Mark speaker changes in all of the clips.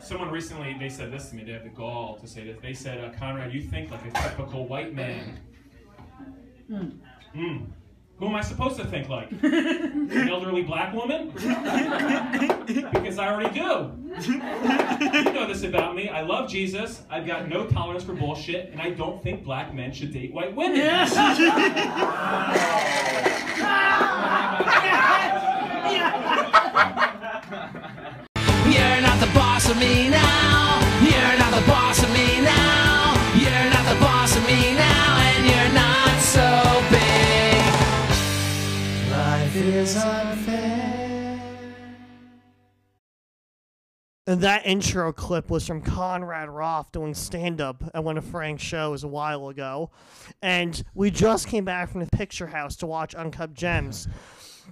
Speaker 1: someone recently they said this to me. They have the gall to say this. They said, uh, "Conrad, you think like a typical white man."
Speaker 2: Mm.
Speaker 1: Mm. Who am I supposed to think like? An elderly black woman? because I already do. You know this about me. I love Jesus. I've got no tolerance for bullshit, and I don't think black men should date white women.
Speaker 3: You're not the boss of me now. You're not the boss of me now. You're not the boss of me now, and you're not so big. Life is unfair.
Speaker 4: And that intro clip was from Conrad Roth doing stand up at one of Frank's shows a while ago. And we just came back from the picture house to watch Uncut Gems.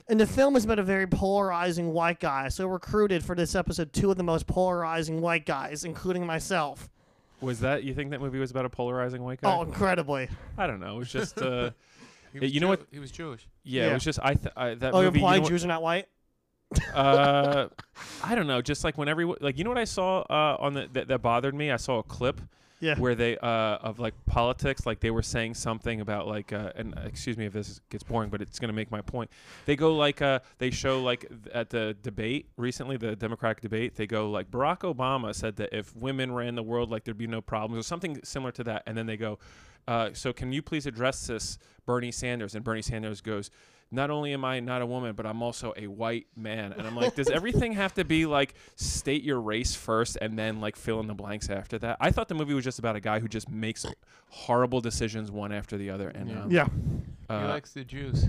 Speaker 4: And the film is about a very polarizing white guy. So, recruited for this episode two of the most polarizing white guys, including myself.
Speaker 5: Was that you think that movie was about a polarizing white guy?
Speaker 4: Oh, incredibly.
Speaker 5: I don't know. It was just uh,
Speaker 6: He
Speaker 5: Yeah,
Speaker 6: was
Speaker 5: you know
Speaker 6: Jew-
Speaker 5: what-
Speaker 6: He was Jewish.
Speaker 5: yeah,
Speaker 4: Yeah.
Speaker 5: It was just I, th- I that
Speaker 4: Oh, you're
Speaker 5: movie. you know
Speaker 4: implying
Speaker 5: what-
Speaker 4: Jews are not white?
Speaker 5: uh, I don't know. Just like when everyone, like you know what I saw uh, on the that, that bothered me. I saw a clip
Speaker 4: Yeah.
Speaker 5: where they uh, of like politics, like they were saying something about like uh, and excuse me if this is- gets boring, but it's gonna make my point. They go like uh, they show like th- at the debate recently, the Democratic debate. They go like Barack Obama said that if women ran the world, like there'd be no problems or something similar to that, and then they go. Uh, so can you please address this, Bernie Sanders? And Bernie Sanders goes, not only am I not a woman, but I'm also a white man. And I'm like, does everything have to be like state your race first and then like fill in the blanks after that? I thought the movie was just about a guy who just makes horrible decisions one after the other. And um,
Speaker 4: Yeah.
Speaker 5: uh,
Speaker 6: he likes the Jews.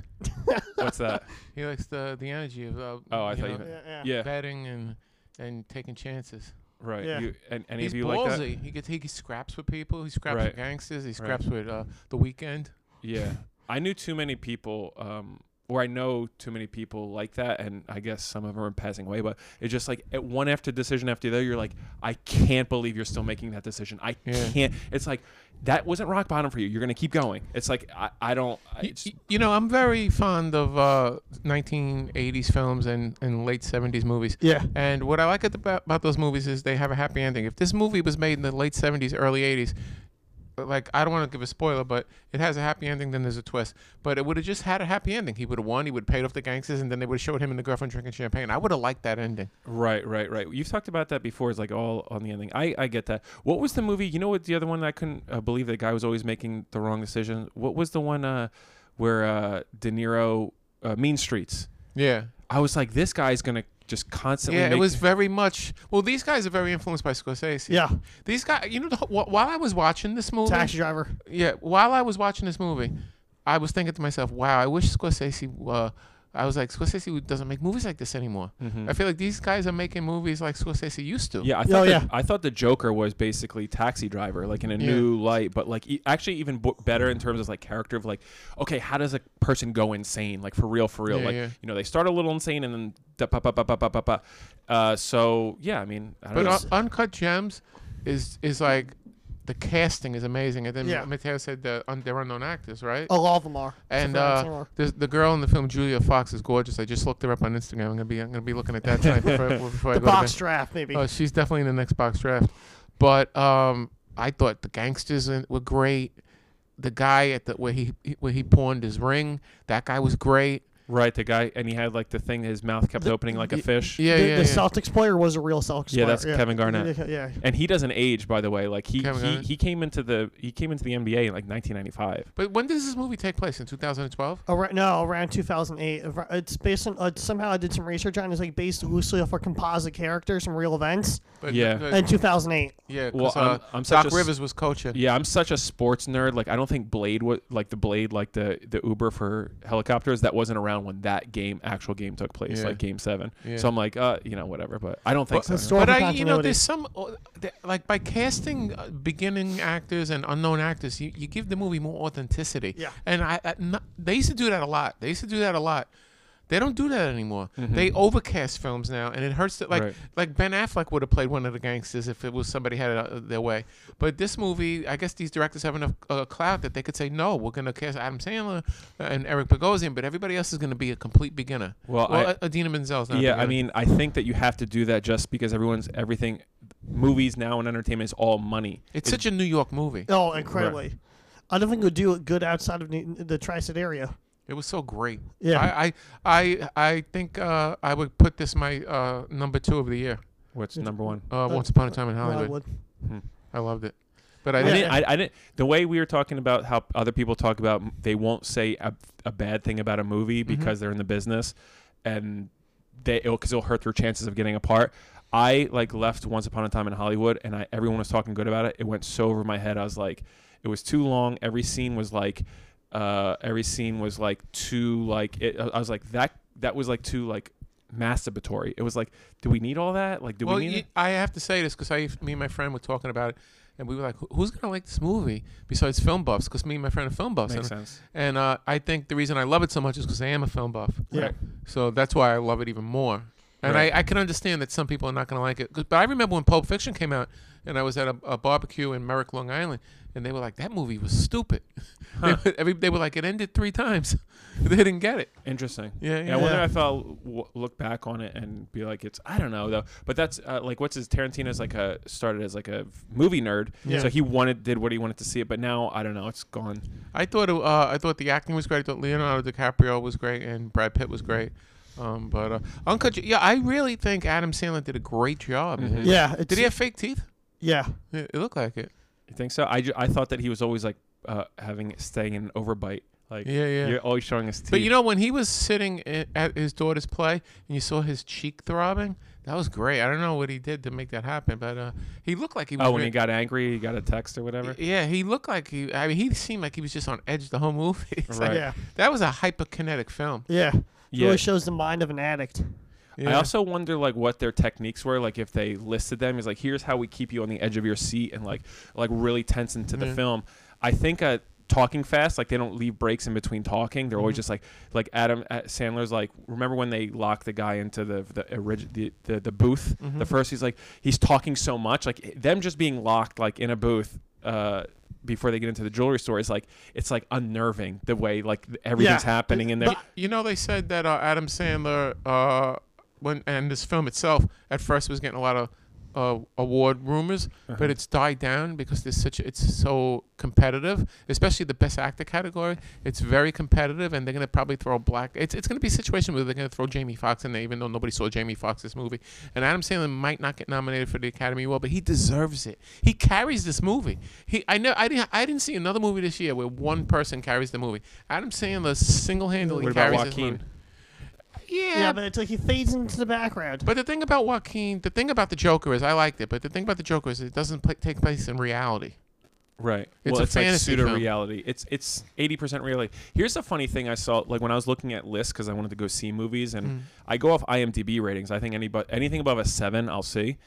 Speaker 5: what's that?
Speaker 6: He likes the the energy of. Uh,
Speaker 5: Oh, I
Speaker 6: you
Speaker 5: thought
Speaker 6: know,
Speaker 5: you meant-
Speaker 4: Yeah. yeah.
Speaker 5: Yeah,
Speaker 6: betting and and taking chances.
Speaker 5: right.
Speaker 4: Yeah.
Speaker 5: You, and any
Speaker 6: He's
Speaker 5: of you like
Speaker 6: ballsy.
Speaker 5: that?
Speaker 6: He gets he scraps with people. He scraps
Speaker 5: Right.
Speaker 6: with gangsters. He
Speaker 5: Right.
Speaker 6: scraps with uh, the weekend.
Speaker 5: Yeah, I knew too many people, um, or I know too many people like that, and I guess some of them are passing away. But it's just like at one after decision after the other, you're like, I can't believe you're still making that decision. I
Speaker 6: Yeah.
Speaker 5: can't. It's like that wasn't rock bottom for you. You're gonna keep going. It's like I, I don't. I,
Speaker 6: Y-
Speaker 5: it's,
Speaker 6: y- you know, I'm very fond of uh, 1980s films and, and late 70s movies.
Speaker 4: Yeah.
Speaker 6: And what I like at the, ba- about those movies is they have a happy ending. If this movie was made in the late 70s, early 80s, like I don't want to give a spoiler, but it has a happy ending. Then there's a twist. But it would have just had a happy ending. He would have won. He would have paid off the gangsters, and then they would have showed him and the girlfriend drinking champagne. I would have liked that ending.
Speaker 5: right, right, right. You've talked about that before. It's like all on the ending. I, I get that. What was the movie? You know what? The other one that I couldn't uh, believe the guy was always making the wrong decision. What was the one uh, where uh, De Niro, uh, Mean Streets?
Speaker 6: Yeah.
Speaker 5: I was like, this guy's gonna just constantly.
Speaker 6: Yeah, it
Speaker 5: make-
Speaker 6: was very much. Well, these guys are very influenced by Scorsese.
Speaker 4: Yeah.
Speaker 6: These guys, you know, the, wh- while I was watching this movie,
Speaker 4: Taxi driver.
Speaker 6: yeah, while I was watching this movie, I was thinking to myself, wow, I wish Scorsese. Uh, I was like, Scorsese doesn't make movies like this anymore. I feel like these guys are making movies like Scorsese used to.
Speaker 5: Yeah, I
Speaker 4: Oh,
Speaker 5: thought
Speaker 4: yeah.
Speaker 5: The, I thought the Joker was basically Taxi Driver, like in a
Speaker 6: Yeah.
Speaker 5: new light, but like e- actually even bo- better in terms of like character of like, okay, how does a person go insane? Like for real, for real.
Speaker 6: Yeah,
Speaker 5: like
Speaker 6: yeah.
Speaker 5: you know, they start a little insane and then da- pa pa pa pa pa pa pa. Uh, so yeah, I mean, I don't
Speaker 6: But
Speaker 5: know.
Speaker 6: Un- Uncut Gems is is like the casting is amazing. And then
Speaker 4: Yeah.
Speaker 6: Mateo said the, un- they're unknown actors, right?
Speaker 4: Oh, all of them are.
Speaker 6: And
Speaker 4: It's a fair
Speaker 6: uh,
Speaker 4: answer.
Speaker 6: the the girl in the film, Julia Fox, is gorgeous. I just looked her up on Instagram. I'm gonna be I'm gonna be looking at that tonight before, before I
Speaker 4: the
Speaker 6: go to bed.
Speaker 4: box draft, maybe.
Speaker 6: Oh, she's definitely in the next box draft. But um, I thought the gangsters in- were great. The guy at the where he he- where he pawned his ring, that guy was great.
Speaker 5: right, the guy and he had like the thing his mouth kept opening like a
Speaker 6: y-
Speaker 5: fish.
Speaker 6: Yeah,
Speaker 4: the,
Speaker 6: yeah,
Speaker 4: the
Speaker 6: yeah.
Speaker 4: Celtics player was a real Celtics
Speaker 5: Yeah,
Speaker 4: player.
Speaker 5: that's Kevin Garnett.
Speaker 4: Yeah, yeah.
Speaker 5: And he doesn't age, by the way. Like he,
Speaker 6: Kevin
Speaker 5: he,
Speaker 6: Garnett.
Speaker 5: he came into the he came into the NBA in like 1995.
Speaker 6: But when does this movie take place? In 2012?
Speaker 4: Around, no, around 2008. Ar- It's based on uh, somehow I did some research on. it. It's like based loosely off a composite character, some real events,
Speaker 6: But
Speaker 5: Yeah.
Speaker 4: and 2008.
Speaker 6: yeah.
Speaker 5: Well,
Speaker 6: 'cause,
Speaker 5: I'm-
Speaker 6: uh,
Speaker 5: I'm such
Speaker 6: Doc
Speaker 5: a s-
Speaker 6: Rivers was coaching.
Speaker 5: Yeah, I'm such a sports nerd. Like I don't think Blade was like the Blade like the the Uber for helicopters that wasn't around when that game actual game took place,
Speaker 6: Yeah.
Speaker 5: like Game Seven.
Speaker 6: Yeah.
Speaker 5: So I'm like, uh, you know, whatever. But I don't think
Speaker 6: Well,
Speaker 5: so.
Speaker 4: Historical
Speaker 6: but I, you know,
Speaker 4: continuity.
Speaker 6: there's some uh, th- like by casting uh, beginning actors and unknown actors, you, you give the movie more authenticity.
Speaker 4: Yeah.
Speaker 6: And I, I no- they used to do that a lot. They used to do that a lot. They don't do that anymore. They overcast films now, and it hurts. That, like
Speaker 5: Mm-hmm. Right.
Speaker 6: like Ben Affleck would have played one of the gangsters if it was somebody had it uh, their way. But this movie, I guess these directors have enough uh, clout that they could say no. We're gonna cast Adam Sandler and Eric Bogosian, but everybody else is gonna be a complete beginner. uh,
Speaker 5: Well, I-
Speaker 6: Adina Menzel's not. a
Speaker 5: Yeah, I
Speaker 6: beginner.
Speaker 5: mean, I think that you have to do that just because everyone's everything. movies now and entertainment is all money.
Speaker 6: It's such a New York movie.
Speaker 4: Oh, incredibly. I don't think it would do it good outside of New- the tri-state area.
Speaker 6: It was so great.
Speaker 4: Yeah.
Speaker 6: I I I, I think uh, I would put this my uh, number two of the year.
Speaker 5: What's number one?
Speaker 6: Uh, Once Upon a Time in Hollywood.
Speaker 4: Hollywood.
Speaker 6: I loved it, but I
Speaker 5: I
Speaker 6: didn't.
Speaker 5: didn't. I, I didn't. The way we were talking about how other people talk about, m- they won't say a, a bad thing about a movie
Speaker 6: Mm-hmm.
Speaker 5: because they're in the business, and they it'll because it'll hurt their chances of getting a part. I like left Once Upon a Time in Hollywood, and I everyone was talking good about it. It went so over my head. I was like, it was too long. Every scene was like, uh, every scene was like too like. It, I I was like that. That was like too like masturbatory. It was like, do we need all that? Like, do
Speaker 6: well,
Speaker 5: we need?
Speaker 6: you-
Speaker 5: it?
Speaker 6: I have to say this because I, me and my friend were talking about it, and we were like, "Who- "Who's gonna like this movie besides film buffs?" Because me and my friend are film buffs.
Speaker 5: Makes
Speaker 6: and,
Speaker 5: sense.
Speaker 6: And uh, I think the reason I love it so much is because I am a film buff.
Speaker 4: Yeah.
Speaker 5: Right.
Speaker 6: So that's why I love it even more. And
Speaker 5: Right.
Speaker 6: I, I can understand that some people are not going to like it. 'Cause- But I remember when Pulp Fiction came out, and I was at a, a barbecue in Merrick, Long Island, and they were like, "That movie was stupid." They were- every, they were like, "It ended three times." they didn't get it.
Speaker 5: Interesting.
Speaker 6: Yeah, yeah.
Speaker 5: I wonder
Speaker 4: Yeah.
Speaker 5: if I'll w- look back on it and be like, it's I don't know though. But that's uh, like what's his Tarantino's like a started as like a v- movie nerd,
Speaker 4: Yeah.
Speaker 5: so he wanted did what he wanted to see it. But now I don't know, it's gone.
Speaker 6: I thought it, uh, I thought the acting was great. I thought Leonardo DiCaprio was great, and Brad Pitt was great. Um, but uh, Uncut, Ge- yeah, I really think Adam Sandler did a great job. man.
Speaker 4: Yeah. It's,
Speaker 6: Did he have fake teeth?
Speaker 4: yeah.
Speaker 6: Yeah, it looked like it.
Speaker 5: You think so? I, ju- I thought that he was always like uh, having staying in an overbite. Like
Speaker 6: Yeah, yeah.
Speaker 5: You're always showing his teeth.
Speaker 6: But you know, when he was sitting i- at his daughter's play and you saw his cheek throbbing, that was great. I don't know what he did to make that happen, but uh, he looked like he was.
Speaker 5: oh, when he
Speaker 6: re-
Speaker 5: got angry, he got a text or whatever.
Speaker 6: Yeah, he looked like he. I mean, he seemed like he was just on edge the whole movie. It's like-
Speaker 5: Right.
Speaker 4: Yeah.
Speaker 6: that was a hyperkinetic film.
Speaker 4: Yeah. It
Speaker 5: Yeah.
Speaker 4: really shows the mind of an addict.
Speaker 5: I
Speaker 6: Yeah.
Speaker 5: also wonder like what their techniques were, like if they listed them. Is like here's how we keep you on the edge of your seat and like like really tense into
Speaker 6: Mm-hmm.
Speaker 5: the film. I think uh, talking fast, like they don't leave breaks in between talking. They're always just
Speaker 6: Mm-hmm.
Speaker 5: like like Adam uh, Sandler's like remember when they locked the guy into the the orig- the, the, the booth.
Speaker 6: Mm-hmm.
Speaker 5: The first he's like he's talking so much, like them just being locked like in a booth. Uh, before they get into the jewelry store, is like it's like unnerving the way like everything's happening in there.
Speaker 6: But, you know, they said that uh, Adam Sandler, uh, when and this film itself, at first was getting a lot of uh, award rumors, but it's died down because there's such it's so competitive, especially the best actor category. It's very competitive, and they're gonna probably throw black. It's it's gonna be a situation where they're gonna throw Jamie Foxx in there, even though nobody saw Jamie Foxx's movie. And Adam Sandler might not get nominated for the Academy Award, but he deserves it. He carries this movie. He I know I didn't I didn't see another movie this year where one person carries the movie. Adam Sandler single handedly
Speaker 5: What
Speaker 6: what
Speaker 5: about
Speaker 6: about
Speaker 5: Joaquin?
Speaker 6: Yeah,
Speaker 4: Yeah,
Speaker 6: but,
Speaker 4: but it's like he fades into the background.
Speaker 6: the thing about Joaquin, the thing about the Joker is I liked it, but the thing about the Joker is it doesn't pla take place in reality.
Speaker 5: Right.
Speaker 6: It's
Speaker 5: well,
Speaker 6: a
Speaker 5: it's like
Speaker 6: fantasy
Speaker 5: pseudo
Speaker 6: film.
Speaker 5: reality. It's it's eighty percent reality. Here's a funny thing I saw like when I was looking at lists because I wanted to go see movies and
Speaker 6: Mm.
Speaker 5: I go off IMDb ratings. I think any bu- anything above a seven I'll see,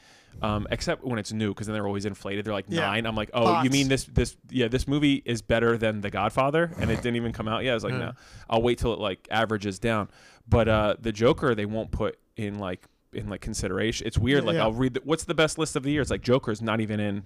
Speaker 5: um, except when it's new because then they're always inflated. They're like
Speaker 4: Yeah.
Speaker 5: nine. I'm like, oh, you
Speaker 4: Thoughts.
Speaker 5: mean this this yeah this movie is better than The Godfather and it didn't even come out yet. I was like, no, I'll wait till it like averages down. But uh, the Joker they won't put in like in like consideration. It's weird.
Speaker 4: Yeah,
Speaker 5: like
Speaker 4: yeah.
Speaker 5: I'll read the, what's the best list of the year. It's like Joker's not even in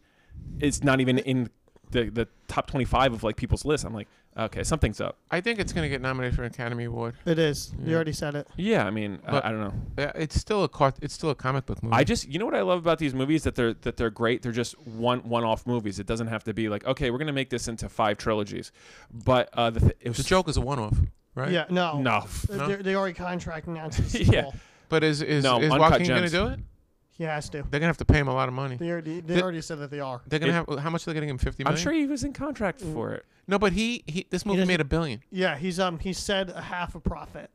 Speaker 5: it's not even in the, the top 25 of like people's list. I'm like, okay, something's up.
Speaker 6: I think it's gonna get nominated for an Academy Award.
Speaker 4: It is. You already said it.
Speaker 5: Yeah, I mean, I-
Speaker 6: But-
Speaker 5: I, don't know.
Speaker 6: Yeah, it's still a cart. It's still a comic book movie.
Speaker 5: I just, you know what I love about these movies that they're that they're great. They're just one one-off movies. It doesn't have to be like, okay, we're gonna make this into five trilogies. But uh, the th- it was
Speaker 6: the Joker's a one-off, right?
Speaker 4: Yeah. No.
Speaker 5: no,
Speaker 4: Uh, They're, they already contract announced the sequel.
Speaker 5: Yeah.
Speaker 6: But is is,
Speaker 5: No,
Speaker 6: is
Speaker 5: Uncut
Speaker 6: Joaquin
Speaker 5: Gems.
Speaker 6: gonna do it?
Speaker 4: He has to.
Speaker 6: They're gonna have to pay him a lot of money.
Speaker 4: They already, they
Speaker 6: Th-
Speaker 4: already said that they are.
Speaker 6: They're gonna have how much are they getting him? Fifty
Speaker 5: I'm
Speaker 6: million.
Speaker 5: sure he was in contract for it.
Speaker 6: No, but he, he this movie
Speaker 4: doesn't-
Speaker 6: made a billion.
Speaker 4: Yeah, he's um he said a half a profit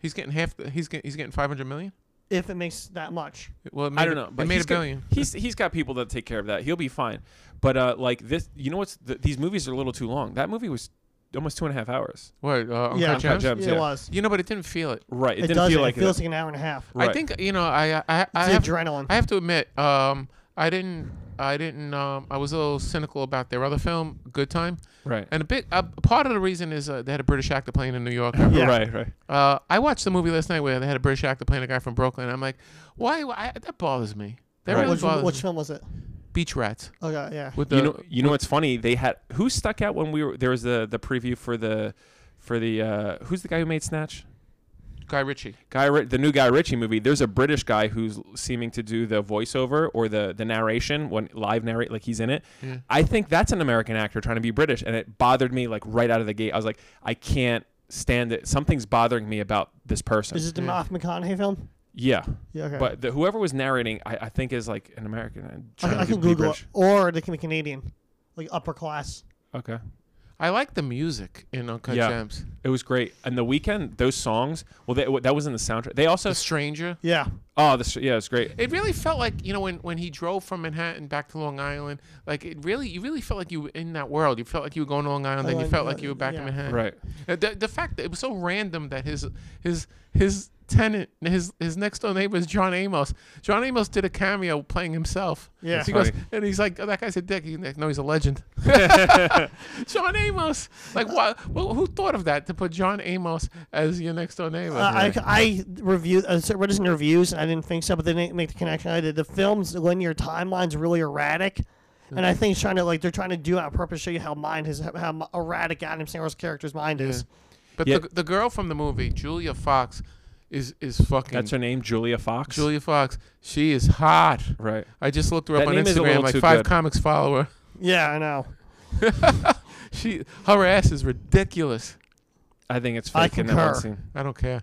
Speaker 6: He's getting half. The, he's getting he's getting five hundred million.
Speaker 4: if it makes that much.
Speaker 6: Well, it made,
Speaker 5: I don't
Speaker 6: a-
Speaker 5: know.
Speaker 6: It
Speaker 5: But
Speaker 6: made
Speaker 5: he's
Speaker 6: a billion.
Speaker 5: Got, he's he's got people that take care of that. He'll be fine. But uh, like this, you know what's th- these movies are a little too long. That movie was almost two and a half hours.
Speaker 6: what? Uh, Uncut
Speaker 4: yeah,
Speaker 5: Uncut
Speaker 6: Gems?
Speaker 5: Gems.
Speaker 4: it
Speaker 5: yeah.
Speaker 4: was.
Speaker 6: You know, but it didn't feel it.
Speaker 5: Right. It,
Speaker 4: It,
Speaker 5: didn't
Speaker 4: doesn't.
Speaker 5: feel like
Speaker 4: it feels like an hour and a half.
Speaker 5: Right.
Speaker 6: I think you know I I I,
Speaker 4: the
Speaker 6: have,
Speaker 4: adrenaline.
Speaker 6: I have to admit um I didn't I didn't um I was a little cynical about their other film Good Time
Speaker 5: Right.
Speaker 6: and a big uh, part of the reason is uh, they had a British actor playing a New Yorker.
Speaker 4: Yeah.
Speaker 5: Right. Right.
Speaker 6: Uh, I watched the movie last night where they had a British actor playing a guy from Brooklyn. I'm like, why? why that bothers me. That
Speaker 5: Right.
Speaker 6: really
Speaker 4: Which,
Speaker 6: bothers
Speaker 4: which
Speaker 6: me.
Speaker 4: film was it?
Speaker 6: Beach Rats
Speaker 4: Oh yeah, yeah.
Speaker 6: with the
Speaker 5: you know, you know what's funny? They had who stuck out when we were there was the the preview for the for the uh, who's the guy who made Snatch?
Speaker 6: Guy Ritchie.
Speaker 5: Guy, Ri- the new Guy Ritchie movie. There's a British guy who's seeming to do the voiceover or the the narration when live narrate, like he's in it. I think that's an American actor trying to be British, and it bothered me like right out of the gate. I was like, I can't stand it. Something's bothering me about this person.
Speaker 4: Is it the Moff McConaughey film?
Speaker 5: yeah.
Speaker 4: Yeah, okay.
Speaker 5: But the, whoever was narrating, I, I think is like an American. and trying
Speaker 4: I, I
Speaker 5: to
Speaker 4: can
Speaker 5: be
Speaker 4: Google it,
Speaker 5: British.
Speaker 4: or they can be Canadian, like upper class.
Speaker 5: Okay.
Speaker 6: I like the music in Uncut
Speaker 5: Yeah.
Speaker 6: Gems.
Speaker 5: It was great. And the weekend, those songs. Well, they, that was in the soundtrack. They also.
Speaker 6: The Stranger.
Speaker 4: Yeah,
Speaker 5: Oh, this yeah, it's great.
Speaker 6: It really felt like you know when, when he drove from Manhattan back to Long Island, like it really you really felt like you were in that world. You felt like you were going to Long Island, then you
Speaker 4: Island,
Speaker 6: felt
Speaker 4: uh,
Speaker 6: like you were back in
Speaker 4: yeah.
Speaker 6: Manhattan.
Speaker 5: Right.
Speaker 6: Uh, The, the fact that it was so random that his his his tenant his his next door neighbor is John Amos. John Amos did a cameo playing himself.
Speaker 4: Yeah.
Speaker 6: he
Speaker 5: That's
Speaker 6: goes, and he's like, oh, that guy's a dick. He's like, no, he's a legend. John Amos. Like what? Well, who thought of that to put John Amos as your next door
Speaker 5: Oh,
Speaker 6: neighbor?
Speaker 4: Uh, I, I reviewed, uh, so read this in reviews, and I didn't think so, but they didn't make the connection. I did. The film's linear timeline's really erratic, and
Speaker 5: Mm.
Speaker 4: I think it's trying to like they're trying to do it on purpose, show you how mind is, how erratic Adam Sandler's character's mind is.
Speaker 6: but
Speaker 5: Yeah.
Speaker 6: the, the girl from the movie, Julia Fox, is is fucking.
Speaker 5: That's her name, Julia Fox.
Speaker 6: Julia Fox. She is hot.
Speaker 5: Right.
Speaker 6: I just looked her
Speaker 5: That
Speaker 6: up on
Speaker 5: name is a
Speaker 6: Instagram.
Speaker 5: little
Speaker 6: Like
Speaker 5: too
Speaker 6: five
Speaker 5: good.
Speaker 6: comics follow her.
Speaker 4: Yeah, I know.
Speaker 6: She her ass is ridiculous.
Speaker 5: I think it's fake
Speaker 4: I
Speaker 5: in that one
Speaker 4: concur.
Speaker 5: scene.
Speaker 6: I don't care.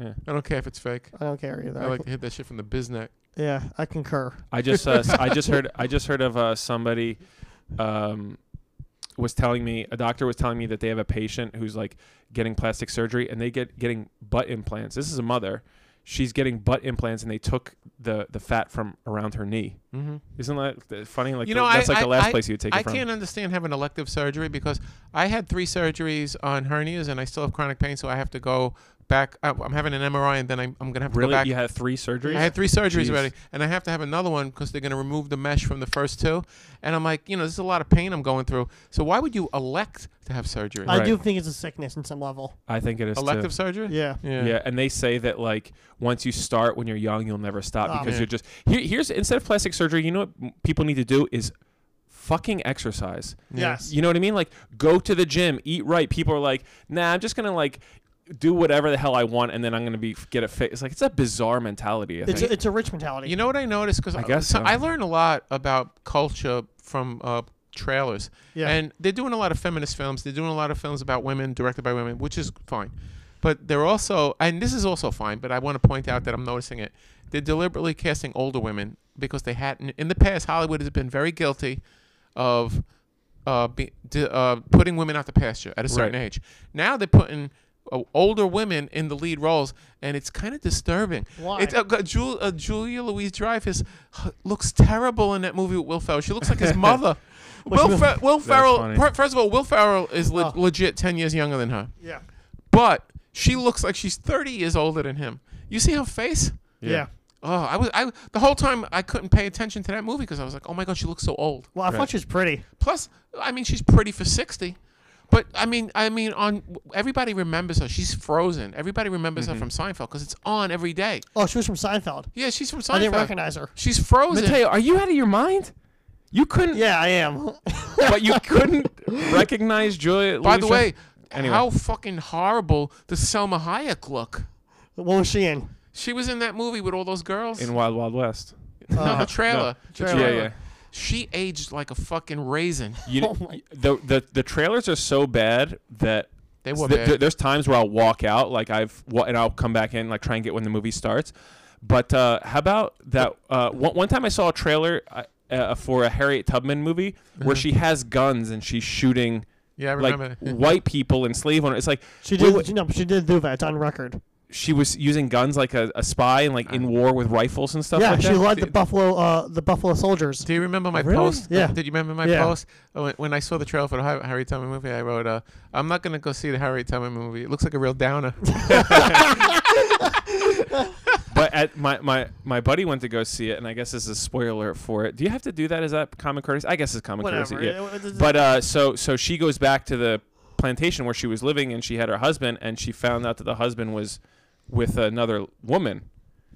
Speaker 5: Yeah.
Speaker 6: I don't care if it's fake.
Speaker 4: I don't care either.
Speaker 6: I like to hit that shit from the biznet.
Speaker 4: yeah, I concur.
Speaker 5: I just uh, I just heard I just heard of uh, somebody um, was telling me a doctor was telling me that they have a patient who's like getting plastic surgery and they get getting butt implants. This is a mother. She's getting butt implants and they took the the fat from around her knee. Mm-hmm. Isn't that th- funny? Like
Speaker 6: You
Speaker 5: the-
Speaker 6: know,
Speaker 5: that's
Speaker 6: I,
Speaker 5: like
Speaker 6: I,
Speaker 5: the last
Speaker 6: I-
Speaker 5: place you would take
Speaker 6: I
Speaker 5: it from.
Speaker 6: can't understand having elective surgery because I had three surgeries on hernias and I still have chronic pain, so I have to go back. I- I'm having an MRI and then I'm, I'm gonna have to
Speaker 5: really,
Speaker 6: go back.
Speaker 5: you had three surgeries.
Speaker 6: I had three surgeries
Speaker 5: Jeez.
Speaker 6: already, and I have to have another one because they're going to remove the mesh from the first two. And I'm like, you know, this is a lot of pain I'm going through. So why would you elect to have surgery?
Speaker 4: I
Speaker 5: Right.
Speaker 4: do think it's a sickness in some level.
Speaker 5: I think it is too.
Speaker 6: elective surgery?
Speaker 4: Yeah.
Speaker 5: Yeah. and they say that like once you start when you're young, you'll never stop
Speaker 4: Oh,
Speaker 5: because
Speaker 4: man.
Speaker 5: you're just here, here's instead of plastic surgery, you know what m- people need to do is fucking exercise.
Speaker 4: Yes.
Speaker 5: You know what I mean? Like go to the gym, eat right. People are like, nah, I'm just gonna like do whatever the hell I want, and then I'm gonna be get it fit. It's like it's a bizarre mentality. I
Speaker 4: It's
Speaker 5: think.
Speaker 4: a, it's a rich mentality.
Speaker 6: You know what I noticed? Because I,
Speaker 5: guess
Speaker 6: so
Speaker 5: so.
Speaker 6: I learn a lot about culture from uh, trailers.
Speaker 4: Yeah.
Speaker 6: And they're doing a lot of feminist films. They're doing a lot of films about women, directed by women, which is fine. But they're also, and this is also fine, but I want to point out that I'm noticing it. They're deliberately casting older women because they hadn't, in the past, Hollywood has been very guilty of uh, be, d- uh, putting women out the pasture at a certain
Speaker 5: Right.
Speaker 6: age. Now they're putting uh, older women in the lead roles, and it's kind of disturbing.
Speaker 4: Why?
Speaker 6: It's, uh, g- Jul- uh, Julia Louise Dreyfus h- looks terrible in that movie with Will Ferrell. She looks like his mother. Will, Fer- Will Ferrell.
Speaker 5: funny.
Speaker 6: per- first of all, Will Ferrell is le-
Speaker 4: Oh.
Speaker 6: legit ten years younger than her,
Speaker 4: yeah.
Speaker 6: but she looks like she's thirty years older than him. You see her face?
Speaker 4: yeah.
Speaker 6: Oh, I was I the whole time I couldn't pay attention to that movie because I was like, oh my god, she looks so old.
Speaker 4: Well, I thought she was pretty.
Speaker 6: Plus, I mean, she's pretty for sixty. But I mean, I mean, on everybody remembers her. She's frozen. Everybody remembers
Speaker 4: Mm-hmm.
Speaker 6: her from Seinfeld because it's on every day.
Speaker 4: Oh, she was from Seinfeld.
Speaker 6: Yeah, she's from Seinfeld.
Speaker 4: I didn't recognize her.
Speaker 6: She's
Speaker 5: Mateo,
Speaker 6: frozen.
Speaker 5: are you out of your mind? You couldn't,
Speaker 4: Yeah, I am.
Speaker 5: but you couldn't recognize Julia.
Speaker 6: By the
Speaker 5: Louis-Dreyfus?
Speaker 6: way,
Speaker 5: Anyway.
Speaker 6: how fucking horrible does Selma Hayek look?
Speaker 4: what was she in?
Speaker 6: She was in that movie with all those girls.
Speaker 5: in Wild Wild West.
Speaker 4: Uh,
Speaker 6: no, the trailer. The
Speaker 5: Yeah,
Speaker 6: trailer.
Speaker 5: yeah.
Speaker 6: She aged like a fucking raisin.
Speaker 5: You,
Speaker 4: Oh
Speaker 5: the, the the trailers are so bad that
Speaker 6: They were
Speaker 5: th- th-
Speaker 6: bad.
Speaker 5: there's times where I'll walk out like I've wa- and I'll come back in like try and get when the movie starts. But uh, how about that? Uh, one, one time I saw a trailer uh, uh, for a Harriet Tubman movie where she has guns and she's shooting
Speaker 6: Yeah, Mm-hmm. I
Speaker 5: like
Speaker 6: remember.
Speaker 5: white people and slave owners. It's like
Speaker 4: She
Speaker 5: wait,
Speaker 4: did.
Speaker 5: wait,
Speaker 4: No, she did do that. It's on record.
Speaker 5: she was using guns like a, a spy and
Speaker 6: Uh-huh.
Speaker 5: like in war with rifles and stuff.
Speaker 4: Yeah,
Speaker 5: like
Speaker 4: she
Speaker 5: that.
Speaker 4: led the Buffalo, uh, the Buffalo Soldiers.
Speaker 6: Do you remember my
Speaker 5: Oh, Really?
Speaker 6: post?
Speaker 4: Yeah.
Speaker 6: Did you remember my
Speaker 4: Yeah.
Speaker 6: post Uh, when, when I saw the trailer for the Har- Harry Tubman movie? I wrote, uh, "I'm not gonna go see the Harry Tubman movie. It looks like a real downer."
Speaker 5: But at my, my my buddy went to go see it, and I guess this is a spoiler for it. Do you have to do that? Is that common courtesy? I guess it's common
Speaker 4: Whatever.
Speaker 5: courtesy.
Speaker 4: It- it-
Speaker 5: Yeah.
Speaker 4: it-
Speaker 5: But uh, so so she goes back to the plantation where she was living, and she had her husband, and she found out that the husband was with another woman.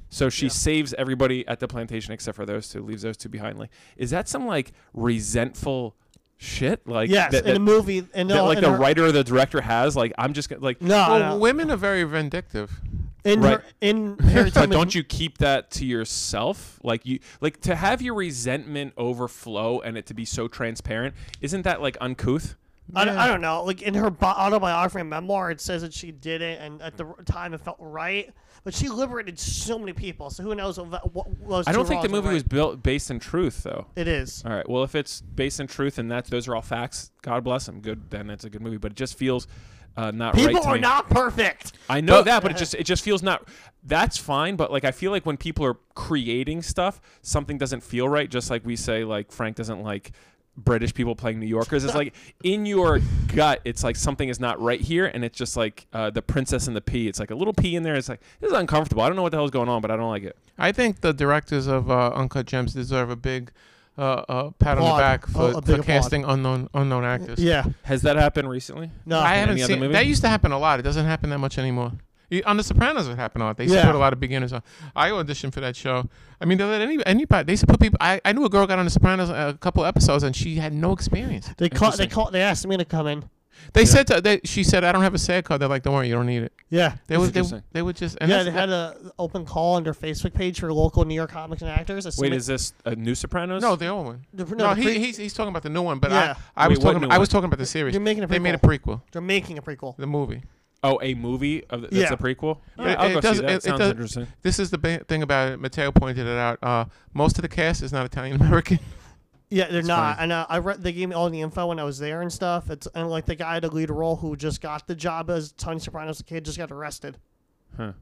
Speaker 5: So she saves everybody at the plantation except for those two, leaves those two behind. Like, is that some like resentful shit? Like,
Speaker 4: Yes,
Speaker 5: that,
Speaker 4: in
Speaker 5: that-
Speaker 4: the movie, and
Speaker 5: that,
Speaker 4: no,
Speaker 5: like
Speaker 4: and
Speaker 5: the
Speaker 4: her-
Speaker 5: writer or the director has. Like, I'm just gonna like
Speaker 4: No,
Speaker 6: well,
Speaker 4: no.
Speaker 6: women are very vindictive.
Speaker 4: In
Speaker 5: Right.
Speaker 4: her, in Harriet
Speaker 5: but
Speaker 4: Tubman's-
Speaker 5: don't you keep that to yourself? Like you like to have your resentment overflow and it to be so transparent. Isn't that like uncouth?
Speaker 4: I, don't- I don't know. Like in her bi- autobiography and memoir, it says that she did it, and at the r- time it felt right. But she liberated so many people. So who knows what, va- what was?
Speaker 5: I don't
Speaker 4: two
Speaker 5: think the
Speaker 4: wrongs and
Speaker 5: movie was
Speaker 4: right.
Speaker 5: built based in truth though.
Speaker 4: It is.
Speaker 5: All right. Well, if it's based in truth and that those are all facts, God bless them. Good, then it's a good movie. But it just feels uh, not right.
Speaker 4: People
Speaker 5: to
Speaker 4: are
Speaker 5: me.
Speaker 4: not perfect.
Speaker 5: I know that, but it just it just feels not. That's fine, but like I feel like when people are creating stuff, something doesn't feel right. Just like we say, like Frank doesn't like British people playing New Yorkers. It's like in your gut, it's like something is not right here, and it's just like uh, the princess and the pea. It's like a little pea in there. It's like this is uncomfortable. I don't know what the hell's going on, but I don't like it.
Speaker 6: I think the directors of uh, Uncut Gems deserve a big uh, uh, pat on
Speaker 4: Applaud.
Speaker 6: the back
Speaker 4: Oh,
Speaker 6: for,
Speaker 4: a big
Speaker 6: for
Speaker 4: applaud.
Speaker 6: casting unknown unknown actors.
Speaker 4: Yeah.
Speaker 5: Has that happened recently?
Speaker 4: No.
Speaker 6: I haven't
Speaker 5: Any other
Speaker 6: seen
Speaker 5: movie?
Speaker 6: that. Used to happen a lot. It doesn't happen that much anymore. You- On The Sopranos, it happened a lot. They used
Speaker 4: Yeah.
Speaker 6: to put a lot of beginners on. I auditioned for that show. I mean, they let any anybody. They used to put people. I, I knew a girl got on The Sopranos uh, a couple episodes and she had no experience.
Speaker 4: they call. They call. They asked me to come in.
Speaker 6: They said to, they, she said, "I don't have a SAG card." They're like, "Don't worry, you don't need it."
Speaker 4: Yeah.
Speaker 6: They would they,
Speaker 5: interesting.
Speaker 6: they would just and
Speaker 4: Yeah,
Speaker 6: that's-
Speaker 4: they had an open call on their Facebook page for local New York comics and actors. I
Speaker 5: Wait,
Speaker 4: submit-
Speaker 5: is this a new Sopranos?
Speaker 6: No, the old one.
Speaker 4: The pre-
Speaker 6: no,
Speaker 4: no, the
Speaker 6: he,
Speaker 4: pre-
Speaker 6: he's, he's talking about the new one, but
Speaker 4: Yeah.
Speaker 6: I, I
Speaker 5: Wait,
Speaker 6: was
Speaker 5: what
Speaker 6: talking.
Speaker 5: new
Speaker 6: I was
Speaker 5: one?
Speaker 6: talking about the series.
Speaker 4: You're making a
Speaker 6: They made a
Speaker 4: prequel.
Speaker 6: prequel,
Speaker 4: They're making a prequel.
Speaker 6: the movie.
Speaker 5: Oh, a movie of the, that's
Speaker 4: Yeah.
Speaker 5: a prequel.
Speaker 6: But
Speaker 5: Yeah, I'll go see
Speaker 6: doesn't-
Speaker 5: that. Sounds
Speaker 6: doesn't-
Speaker 5: interesting.
Speaker 6: This is the ba- thing about it. Matteo pointed it out. Uh, most of the cast is not Italian American.
Speaker 4: Yeah, they're not. And uh, I read they gave me all the info when I was there and stuff. It's and like the guy had a lead role who just got the job as Tony Soprano's kid just got arrested.
Speaker 5: I'll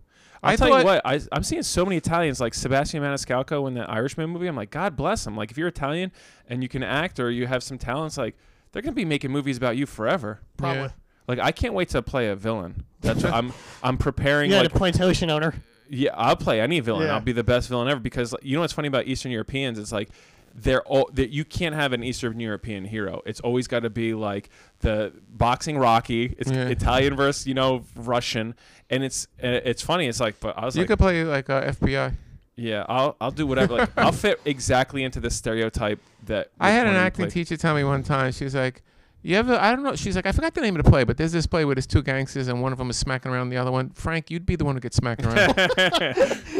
Speaker 6: I
Speaker 5: tell you
Speaker 6: thought-
Speaker 5: what, I, I'm seeing so many Italians like Sebastian Maniscalco in the Irishman movie. I'm like, God bless him. Like, if you're Italian and you can act or you have some talents, like, they're going to be making movies about you forever.
Speaker 4: Probably. Yeah,
Speaker 6: Yeah.
Speaker 5: Like, I can't wait to play a villain. That's what I'm, I'm preparing. like,
Speaker 4: the plantation owner.
Speaker 5: yeah, I'll play any villain.
Speaker 4: Yeah.
Speaker 5: I'll be the best villain ever because like, you know what's funny about Eastern Europeans? It's like they're all that you can't have an Eastern European hero. It's always got to be like the boxing Rocky. It's
Speaker 6: Yeah.
Speaker 5: Italian versus you know Russian, and it's uh, it's funny. It's like, but I was
Speaker 6: you
Speaker 5: like,
Speaker 6: could play like uh, FBI.
Speaker 5: yeah, I'll I'll do whatever. Like I'll fit exactly into the stereotype that
Speaker 6: I had
Speaker 5: which one
Speaker 6: an
Speaker 5: we
Speaker 6: acting
Speaker 5: played.
Speaker 6: teacher tell me one time. She's like, "You ever? I don't know." She's like, "I forgot the name of the play, but there's this play where there's two gangsters and one of them is smacking around the other one. Frank, you'd be the one who gets smacked around.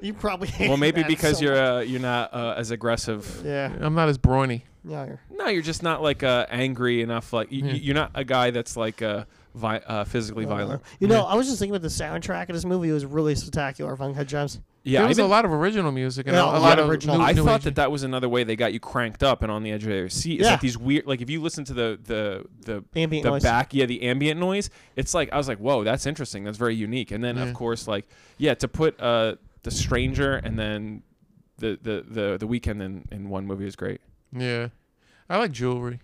Speaker 4: You probably
Speaker 5: Well,
Speaker 4: hated
Speaker 5: maybe
Speaker 4: that
Speaker 5: because
Speaker 4: so
Speaker 5: you're uh,
Speaker 4: much.
Speaker 5: you're not uh, as aggressive.
Speaker 4: yeah
Speaker 6: I'm not as brawny.
Speaker 4: yeah you're,
Speaker 5: No, you're just not like uh, angry enough. Like you,
Speaker 6: Hmm.
Speaker 5: you're not a guy that's like uh, vi- uh, physically violent.
Speaker 4: you know I was just thinking about the soundtrack of this movie. It was really spectacular. If Uncut Gems.
Speaker 5: Yeah,
Speaker 6: there
Speaker 5: I
Speaker 6: was
Speaker 5: didn't-
Speaker 6: a lot of original music and
Speaker 4: Yeah,
Speaker 6: a,
Speaker 4: a
Speaker 6: a
Speaker 4: lot
Speaker 6: lot
Speaker 4: of
Speaker 6: of
Speaker 4: original.
Speaker 6: New,
Speaker 5: I
Speaker 6: new
Speaker 5: thought
Speaker 6: age-
Speaker 5: that that was another way they got you cranked up and on the edge of your seat. It's
Speaker 4: Yeah.
Speaker 5: like these weird, like if you listen to the the the
Speaker 4: Ambient
Speaker 5: the
Speaker 4: noise.
Speaker 5: back, yeah, the ambient noise. It's like I was like, whoa, that's interesting. That's very unique. And then of course, like yeah, to put uh the stranger and then the the the the weekend in in one movie is great.
Speaker 6: Yeah, I like jewelry.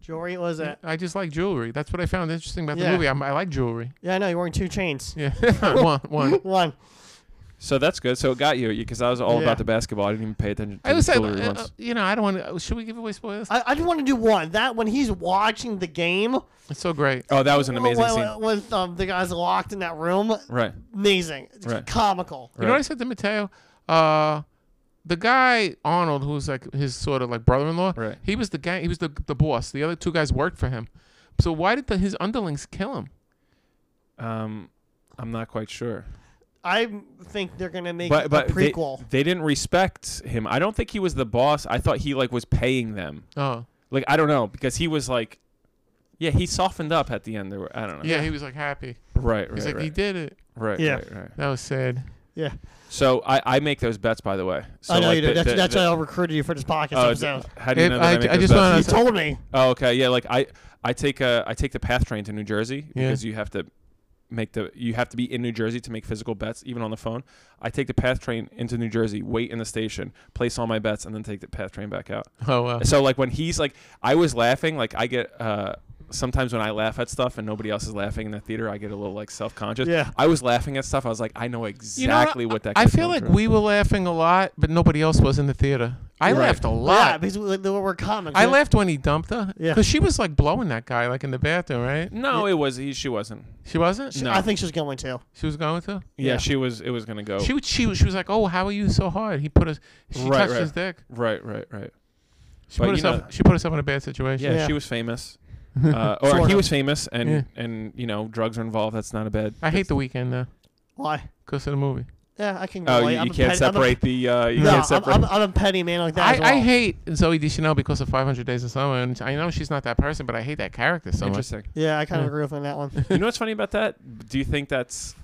Speaker 4: Jory was that?
Speaker 6: I just like jewelry. That's what I found interesting about
Speaker 4: Yeah.
Speaker 6: the movie. I'm, I like jewelry.
Speaker 4: Yeah, I know you're wearing two chains.
Speaker 6: Yeah, one, one.
Speaker 4: One.
Speaker 5: So that's good. So it got you because I was all
Speaker 4: Yeah.
Speaker 5: about the basketball. I didn't even pay attention. To
Speaker 6: I was
Speaker 5: the
Speaker 6: saying,
Speaker 5: jewelry
Speaker 6: uh,
Speaker 5: once.
Speaker 6: uh, you know, I don't want to. Should we give away spoilers?
Speaker 4: I, I just want to do one. That when he's watching the game
Speaker 6: It's so great.
Speaker 5: oh, that was an amazing
Speaker 4: with,
Speaker 5: scene.
Speaker 4: with um, the guys locked in that room.
Speaker 5: Right.
Speaker 4: Amazing. It's
Speaker 5: Right.
Speaker 4: Comical.
Speaker 6: You know what I said to Mateo? Uh, the guy Arnold, who's like his sort of like brother-in-law,
Speaker 5: Right.
Speaker 6: he was the guy. He was the the boss. The other two guys worked for him. So why did the, his underlings kill him?
Speaker 5: Um, I'm not quite sure.
Speaker 4: I think they're gonna make
Speaker 5: but but
Speaker 4: a
Speaker 5: they-
Speaker 4: prequel.
Speaker 5: They, didn't respect him. I don't think he was the boss. I thought he like was paying them.
Speaker 6: Oh,
Speaker 5: Like I don't know because he was like, yeah, he softened up at the end. There were, I don't know.
Speaker 6: yeah, he was like happy.
Speaker 5: right, right,
Speaker 6: He's like
Speaker 5: right,
Speaker 6: he did it.
Speaker 5: right,
Speaker 4: Yeah.
Speaker 5: right, right.
Speaker 6: That was sad.
Speaker 4: yeah.
Speaker 5: So I, I make those bets by the way. So
Speaker 4: I know
Speaker 5: like,
Speaker 4: you did.
Speaker 5: the-
Speaker 4: That's,
Speaker 5: the-
Speaker 4: that's
Speaker 5: the-
Speaker 4: why I recruited you for this podcast
Speaker 5: oh, d-
Speaker 4: episode.
Speaker 5: how do you
Speaker 6: If
Speaker 5: know that I,
Speaker 6: I-
Speaker 5: make
Speaker 6: I
Speaker 5: those
Speaker 6: just wanna-
Speaker 5: bets?
Speaker 4: You told me.
Speaker 5: Oh, okay, yeah. Like I I take a I take the path train to New Jersey
Speaker 6: Yeah.
Speaker 5: because you have to make the you have to be in New Jersey to make physical bets even on the phone. I take the path train into New Jersey, wait in the station, place all my bets, and then take the path train back out.
Speaker 6: Oh wow.
Speaker 5: So like when he's like, I was laughing. Like I get uh, sometimes when I laugh at stuff and nobody else is laughing in the theater, I get a little like self conscious.
Speaker 4: Yeah.
Speaker 5: I was laughing at stuff. I was like, I know
Speaker 6: You know
Speaker 5: exactly what that.
Speaker 6: I
Speaker 5: guy's
Speaker 6: feel
Speaker 5: going
Speaker 6: like
Speaker 5: through.
Speaker 6: we were laughing a lot, but nobody else was in the theater. I
Speaker 5: Right.
Speaker 6: laughed a
Speaker 4: Yeah,
Speaker 6: lot.
Speaker 4: because we, they were comics.
Speaker 6: I
Speaker 4: We-
Speaker 6: laughed when he dumped her.
Speaker 4: Yeah.
Speaker 6: Because she was like blowing that guy like in the bathroom, right?
Speaker 5: No, it was he. She wasn't.
Speaker 6: She wasn't. She,
Speaker 5: No.
Speaker 4: I think she's going to.
Speaker 6: she was going to.
Speaker 5: Yeah,
Speaker 4: Yeah.
Speaker 5: she was. It was gonna go.
Speaker 6: She was. She was. She was like, "Oh, how are you so hard?" He put us. She
Speaker 5: Right,
Speaker 6: touched
Speaker 5: right.
Speaker 6: his dick.
Speaker 5: right, right, right.
Speaker 6: She
Speaker 5: But
Speaker 6: put,
Speaker 5: you know-
Speaker 6: herself, she put herself in a bad situation.
Speaker 5: Yeah,
Speaker 4: Yeah.
Speaker 5: she was famous. Uh, or
Speaker 4: Sort
Speaker 5: he
Speaker 4: of.
Speaker 5: was famous, and
Speaker 6: Yeah.
Speaker 5: and you know drugs are involved. That's not a bad.
Speaker 6: I hate the weekend though.
Speaker 4: Why?
Speaker 6: Because of the movie.
Speaker 4: Yeah, I can.
Speaker 5: Oh,
Speaker 4: relate.
Speaker 5: you,
Speaker 4: I'm
Speaker 5: you
Speaker 4: a
Speaker 5: can't
Speaker 4: petty- I'm a-
Speaker 5: separate the. Uh, you
Speaker 4: no,
Speaker 5: can't separate.
Speaker 4: I'm, I'm, I'm a petty man like that.
Speaker 6: I,
Speaker 4: as
Speaker 6: I
Speaker 4: well.
Speaker 6: hate Zoe Deschanel because of 500 Days of Summer, and I know she's not that person, but I hate that character so much.
Speaker 5: Interesting.
Speaker 4: Yeah, I kind of agree with him on that one.
Speaker 5: you know what's funny about that? Do you think that's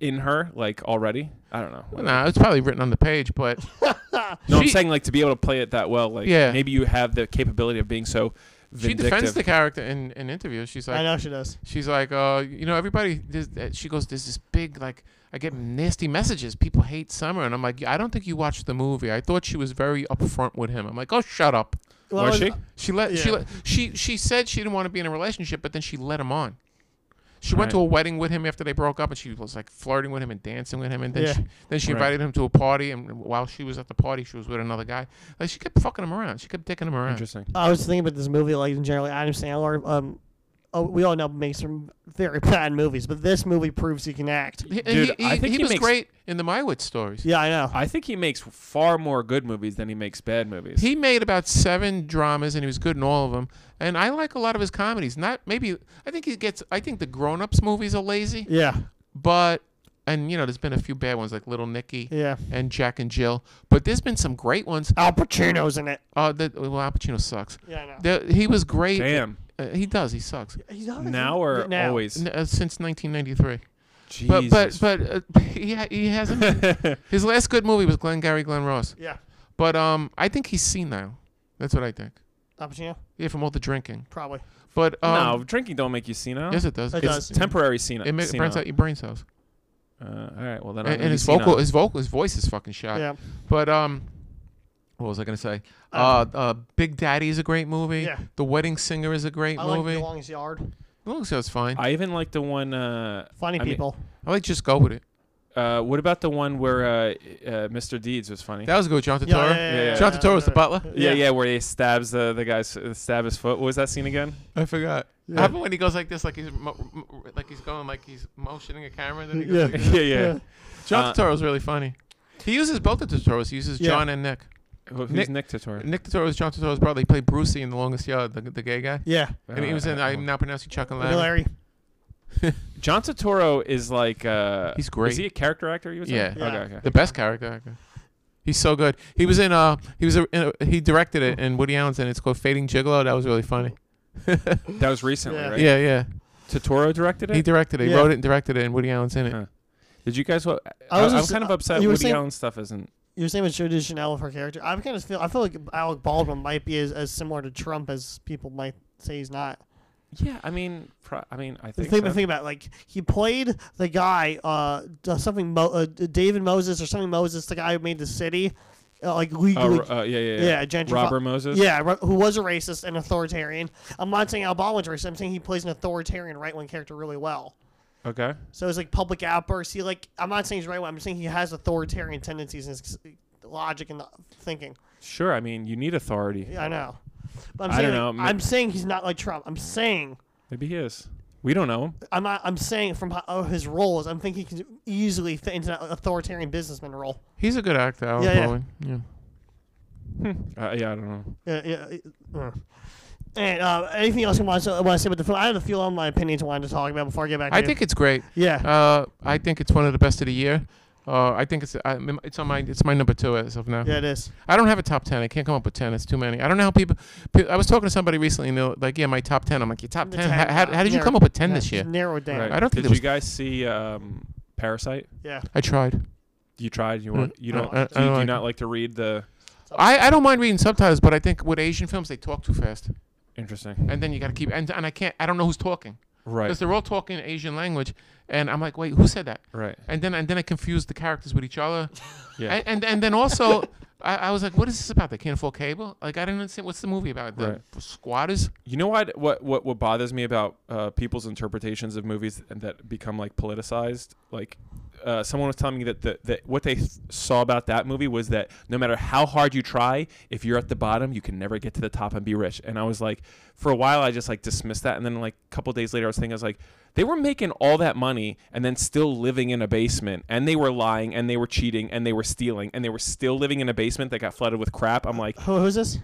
Speaker 5: in her, like already? I don't know.
Speaker 6: No, nah, it's probably written on the page, but
Speaker 5: No, I'm
Speaker 6: She-
Speaker 5: saying like to be able to play it that well, like
Speaker 6: Yeah.
Speaker 5: maybe you have the capability of being so
Speaker 6: she
Speaker 5: vindictive.
Speaker 6: defends the character in, in interviews. She's
Speaker 4: I
Speaker 6: like,
Speaker 4: know she does.
Speaker 6: she's like, uh, you know, everybody. There's, uh, she goes, there's this big like, I get nasty messages. People hate Summer, and I'm like, I don't think you watched the movie. I thought she was very upfront with him. I'm like, oh, shut up.
Speaker 4: Well,
Speaker 5: Was
Speaker 4: I
Speaker 5: she?
Speaker 6: She let she
Speaker 4: Yeah.
Speaker 6: let, she she said she didn't want to be in a relationship, but then she let him on. She
Speaker 5: Right.
Speaker 6: went to a wedding with him after they broke up, and she was like flirting with him and dancing with him, and then
Speaker 4: Yeah.
Speaker 6: she, then she
Speaker 5: Right.
Speaker 6: invited him to a party, and while she was at the party, she was with another guy. Like she kept fucking him around, she kept dicking him around.
Speaker 5: Interesting.
Speaker 4: I was thinking about this movie, like in general, Adam Sandler. Um, oh, we all know makes some very bad movies, but this movie proves he can act.
Speaker 6: He, and
Speaker 5: Dude,
Speaker 6: he,
Speaker 5: I
Speaker 6: he-
Speaker 5: think
Speaker 6: he
Speaker 5: he
Speaker 6: was
Speaker 5: makes-
Speaker 6: great in the Mywitz stories.
Speaker 4: Yeah, I know.
Speaker 5: I think he makes far more good movies than he makes bad movies.
Speaker 6: He made about seven dramas, and he was good in all of them. And I like a lot of his comedies. Not maybe I think he gets. I think the grown ups movies are lazy,
Speaker 4: Yeah,
Speaker 6: but and you know there's been a few bad ones like Little Nicky.
Speaker 4: yeah.
Speaker 6: and Jack and Jill. But there's been some great ones.
Speaker 4: Al Pacino's in it.
Speaker 6: Uh, that well, Al Pacino sucks.
Speaker 4: Yeah, I know.
Speaker 6: The- he was great.
Speaker 5: Damn.
Speaker 6: Uh, he does. He sucks.
Speaker 4: He's not-
Speaker 5: Now or
Speaker 4: Now.
Speaker 5: always?
Speaker 6: N- uh, since 1993.
Speaker 5: Jesus.
Speaker 6: But but but uh, he ha- he hasn't. his last good movie was Glengarry Glen Ross.
Speaker 4: Yeah,
Speaker 6: But um, I think he's senile. That's what I think.
Speaker 4: Al Pacino,
Speaker 6: Yeah, from all the drinking.
Speaker 4: probably.
Speaker 6: But um,
Speaker 5: no, drinking don't make you senile.
Speaker 6: yes, it does.
Speaker 4: It
Speaker 5: it's
Speaker 4: does.
Speaker 5: temporary senile.
Speaker 6: It ma-
Speaker 5: senile.
Speaker 6: burns out your brain cells.
Speaker 5: Uh, all right. Well, then. I'm gonna
Speaker 6: And, and
Speaker 5: be
Speaker 6: his
Speaker 5: senile.
Speaker 6: vocal, his vocal, his voice is fucking shot.
Speaker 4: Yeah,
Speaker 6: But um, what was I gonna say? Uh, uh, Big Daddy is a great movie.
Speaker 4: Yeah.
Speaker 6: The Wedding Singer is a great
Speaker 4: I like
Speaker 6: movie.
Speaker 4: The Longest Yard.
Speaker 6: Long Shot's fine. I,
Speaker 5: I even like the one. Uh,
Speaker 4: Funny
Speaker 5: I mean-
Speaker 4: people.
Speaker 6: like just go with it.
Speaker 5: uh, what about the one where uh, uh, Mr. Deeds was funny?
Speaker 6: That was good. John Turturro.
Speaker 4: yeah, yeah, yeah,
Speaker 5: yeah,
Speaker 6: John
Speaker 4: yeah,
Speaker 6: Turturro was the
Speaker 4: yeah.
Speaker 6: butler.
Speaker 5: yeah, yeah, where he stabs the the guy's uh, stab his foot. What was that scene again?
Speaker 6: I forgot. How about when he goes like this, like he's mo- mo- like he's going like he's motioning a camera? Then he goes
Speaker 4: Yeah.
Speaker 6: like this?
Speaker 5: yeah, yeah.
Speaker 6: John
Speaker 5: Uh,
Speaker 6: Turturro's really funny. He uses both the Turturros. He uses
Speaker 4: Yeah.
Speaker 6: John and Nick.
Speaker 5: Who- Who's Nick,
Speaker 6: Nick-
Speaker 5: Tittor?
Speaker 6: Nick Turturro is John Turturro's brother. He played Brucey in The Longest Yard, the, the gay guy.
Speaker 4: Yeah,
Speaker 6: And he was in I'm now pronouncing Chuck and Larry.
Speaker 4: Larry.
Speaker 5: John Totoro is like uh,
Speaker 6: He's great.
Speaker 5: Is he a character actor? He was in?
Speaker 6: Yeah.
Speaker 4: Yeah.
Speaker 5: Okay. Okay.
Speaker 6: The best character actor. He's so good. He was in uh he was a, in a, he directed it in Woody Allen's and it's called Fading Gigolo. That was really funny.
Speaker 5: That was recently,
Speaker 4: Yeah.
Speaker 5: right?
Speaker 6: Yeah, yeah.
Speaker 5: Totoro directed it.
Speaker 6: He directed it. He
Speaker 4: Yeah.
Speaker 6: wrote it and directed it and Woody Allen's in it.
Speaker 5: Huh. Did you guys? Wa- I
Speaker 4: I was
Speaker 5: I, am
Speaker 4: just-
Speaker 5: kind of
Speaker 4: uh,
Speaker 5: upset.
Speaker 4: you were
Speaker 5: Woody
Speaker 4: saying-
Speaker 5: Allen stuff isn't.
Speaker 4: You were saying with Joe Chanel with her character. I kind of feel. I feel like Alec Baldwin might be as, as similar to Trump as people might say he's not.
Speaker 5: Yeah, I mean, pro- I mean, I think.
Speaker 4: think,
Speaker 5: so.
Speaker 4: think about it, like he played the guy uh d- something Mo- uh, D- David Moses or something Moses the guy who made the city uh, like legally
Speaker 5: Oh, uh, yeah, yeah, yeah.
Speaker 4: yeah gentrifi-
Speaker 5: Robert Moses.
Speaker 4: yeah ro- who was a racist and authoritarian I'm not saying Obama's racist I'm saying he plays an authoritarian right wing character really well
Speaker 5: Okay.
Speaker 4: so it's like public outbursts he like I'm not saying he's right wing I'm saying he has authoritarian tendencies and s- logic and the thinking
Speaker 5: Sure. I mean, you need authority.
Speaker 4: yeah, I know but I'm
Speaker 5: I
Speaker 4: saying
Speaker 5: don't
Speaker 4: like,
Speaker 5: know, ma-
Speaker 4: I'm saying he's not like Trump I'm saying
Speaker 5: Maybe he is. We don't know him.
Speaker 4: I'm not, I'm saying from how- his roles, I'm thinking he can easily fit into an authoritarian businessman role.
Speaker 6: He's a good actor, Alec
Speaker 4: Yeah, yeah.
Speaker 6: Baldwin. Yeah.
Speaker 5: Uh, yeah, I don't know.
Speaker 4: Yeah, yeah, uh, uh. And uh, anything else you want to, want to say about the film? I have a few on my opinions I wanted to talk about before I get back. To
Speaker 6: I
Speaker 4: you.
Speaker 6: think it's great.
Speaker 4: Yeah.
Speaker 6: Uh I think it's one of the best of the year. Uh, I think it's I, it's on my it's my number two as of now.
Speaker 4: yeah, it is.
Speaker 6: I don't have a top ten. I can't come up with ten. It's too many. I don't know how people. pe- I was talking to somebody recently, and they're like, "Yeah, my top ten. I'm like, "Your top
Speaker 4: The
Speaker 6: ten?
Speaker 4: 10,
Speaker 6: How, how, how did you
Speaker 4: narrow-
Speaker 6: come up with ten
Speaker 4: yeah,
Speaker 6: this
Speaker 4: just
Speaker 6: year?"
Speaker 4: Narrow it down.
Speaker 5: Right.
Speaker 6: I don't
Speaker 5: Did
Speaker 6: think there was-
Speaker 5: you guys see um, Parasite?
Speaker 4: Yeah.
Speaker 6: I tried.
Speaker 5: You tried. You want. You don't.
Speaker 6: Hmm? I-
Speaker 5: do
Speaker 6: I
Speaker 5: you,
Speaker 6: don't
Speaker 5: do you
Speaker 6: like
Speaker 5: not like to read the?
Speaker 6: I, I don't mind reading subtitles, but I think with Asian films they talk too fast,
Speaker 5: Interesting.
Speaker 6: and then you got to keep and, and I can't I don't know who's talking
Speaker 5: Right.
Speaker 6: because they're all talking Asian language, and I'm like, wait, who said that?
Speaker 5: Right.
Speaker 6: And then and then I confuse the characters with each other,
Speaker 5: Yeah.
Speaker 6: and, and and then also I, I was like, what is this about? They can't afford cable? Like I didn't understand what's the movie about? The squatters?
Speaker 5: You know what? What what what bothers me about uh, people's interpretations of movies and that become like politicized? Like, uh, someone was telling me that the that what they th- saw about that movie was that no matter how hard you try, if you're at the bottom, you can never get to the top and be rich. And I was like, for a while, I just like dismissed that, and then like a couple days later, I was thinking, I was like, they were making all that money and then still living in a basement, and they were lying, and they were cheating, and they were stealing, and they were still living in a basement that got flooded with crap. I'm like,
Speaker 4: Who, who's this?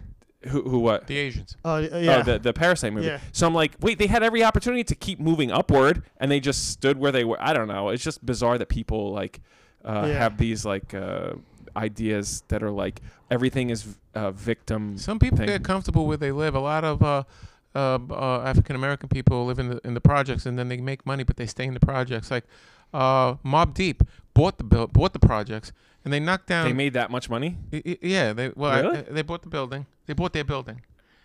Speaker 5: Who, who what?
Speaker 6: The Asians.
Speaker 4: Uh, yeah.
Speaker 5: Oh, the, the Parasite movie.
Speaker 4: Yeah.
Speaker 5: So I'm like, wait, they had every opportunity to keep moving upward, and they just stood where they were. I don't know. It's just bizarre that people like uh,
Speaker 4: Yeah.
Speaker 5: have these like uh, ideas that are like everything is uh, victim.
Speaker 6: Some people
Speaker 5: thing.
Speaker 6: get comfortable where they live. A lot of uh, uh, uh, African American people live in the in the projects, and then they make money, but they stay in the projects. Like uh, Mob Deep bought the build, bought the projects, and they knocked down.
Speaker 5: they made that much money.
Speaker 6: Y- y- yeah, they well, I-
Speaker 5: Really?
Speaker 6: I- they bought the building. They bought their building.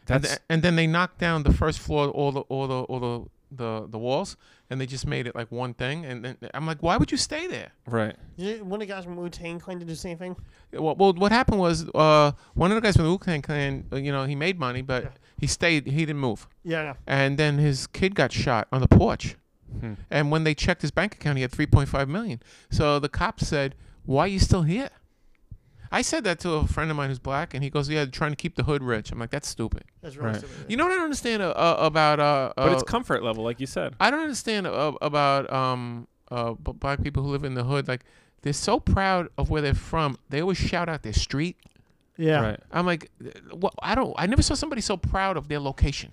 Speaker 6: And,
Speaker 5: That's
Speaker 6: th- and then they knocked down the first floor, all the all the all the the, the walls, and they just made it like one thing. And then I'm like, why would you stay there?
Speaker 5: right.
Speaker 4: You know, one of the guys from Wu Tang claimed to do the same thing.
Speaker 6: Well, well what happened was uh, one of the guys from the Wu Tang Clan, uh, you know, he made money, but he stayed. He didn't move.
Speaker 4: Yeah, I know.
Speaker 6: and then his kid got shot on the porch.
Speaker 5: Hmm.
Speaker 6: And when they checked his bank account, he had 3.5 million. So the cop said, "Why are you still here?" I said that to a friend of mine who's black, and he goes, "Yeah, trying to keep the hood rich." I'm like, "That's stupid."
Speaker 4: That's really
Speaker 5: Right.
Speaker 4: stupid.
Speaker 6: You know what I don't understand uh, uh, about uh,
Speaker 5: But it's
Speaker 6: uh,
Speaker 5: comfort level, like you said.
Speaker 6: I don't understand uh, about um uh b- black people who live in the hood. Like they're so proud of where they're from, they always shout out their street.
Speaker 4: yeah.
Speaker 5: Right.
Speaker 6: I'm like, well, I don't. I never saw somebody so proud of their location.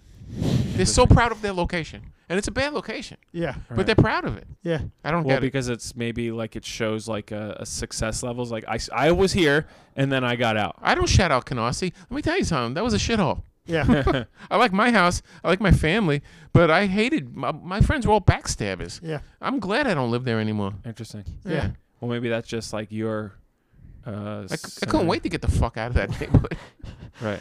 Speaker 6: They're so proud of their location, and it's a bad location,
Speaker 4: Yeah.
Speaker 5: Right.
Speaker 6: but they're proud of it.
Speaker 4: Yeah.
Speaker 6: I don't
Speaker 5: Well,
Speaker 6: get it.
Speaker 5: because it's maybe like it shows like a, a success levels. Like I, s- I was here and then I got out.
Speaker 6: I don't shout out Canarsie. Let me tell you something. That was a shithole.
Speaker 4: Yeah.
Speaker 6: I like my house. I like my family, but I hated my, my friends were all backstabbers.
Speaker 4: yeah.
Speaker 6: I'm glad I don't live there anymore.
Speaker 5: Interesting.
Speaker 4: Yeah.
Speaker 5: Well, maybe that's just like your. Uh,
Speaker 6: I, c- I couldn't wait to get the fuck out of that neighborhood.
Speaker 5: Right.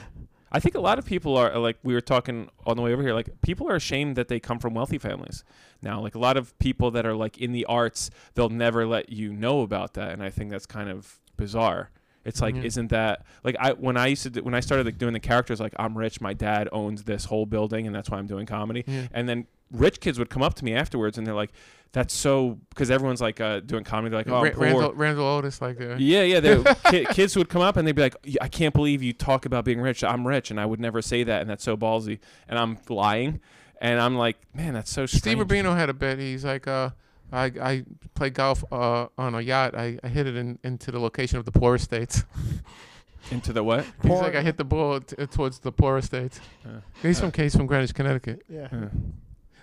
Speaker 5: I think a lot of people are like we were talking on the way over here. Like people are ashamed that they come from wealthy families now. Like a lot of people that are like in the arts, they'll never let you know about that, and I think that's kind of bizarre. It's like,
Speaker 6: Mhm.
Speaker 5: isn't that like I when I used to do, when I started like doing the characters like I'm rich, my dad owns this whole building, and that's why I'm doing comedy.
Speaker 6: Yeah.
Speaker 5: And then rich kids would come up to me afterwards, and they're like, "That's so," because everyone's like uh, doing comedy, they're like, "Oh, I'm
Speaker 6: Ra-
Speaker 5: poor."
Speaker 6: Randall, Randall Otis, like, uh,
Speaker 5: Yeah, yeah. They, ki- kids would come up and they'd be like, "Y- "I can't believe you talk about being rich. I'm rich, and I would never say that, and that's so ballsy." And I'm lying, and I'm like, "Man, that's so
Speaker 6: Steve
Speaker 5: strange."
Speaker 6: Rubino had a bit. He's like, uh, I I play golf uh, on a yacht. I, I hit it in, into the location of the poor states.
Speaker 5: into the what?
Speaker 6: He's
Speaker 4: Poor-
Speaker 6: like, I hit the ball t- uh, towards the poor states.
Speaker 5: Uh,
Speaker 6: he's from Case from Greenwich, Connecticut.
Speaker 4: Yeah.
Speaker 5: Uh,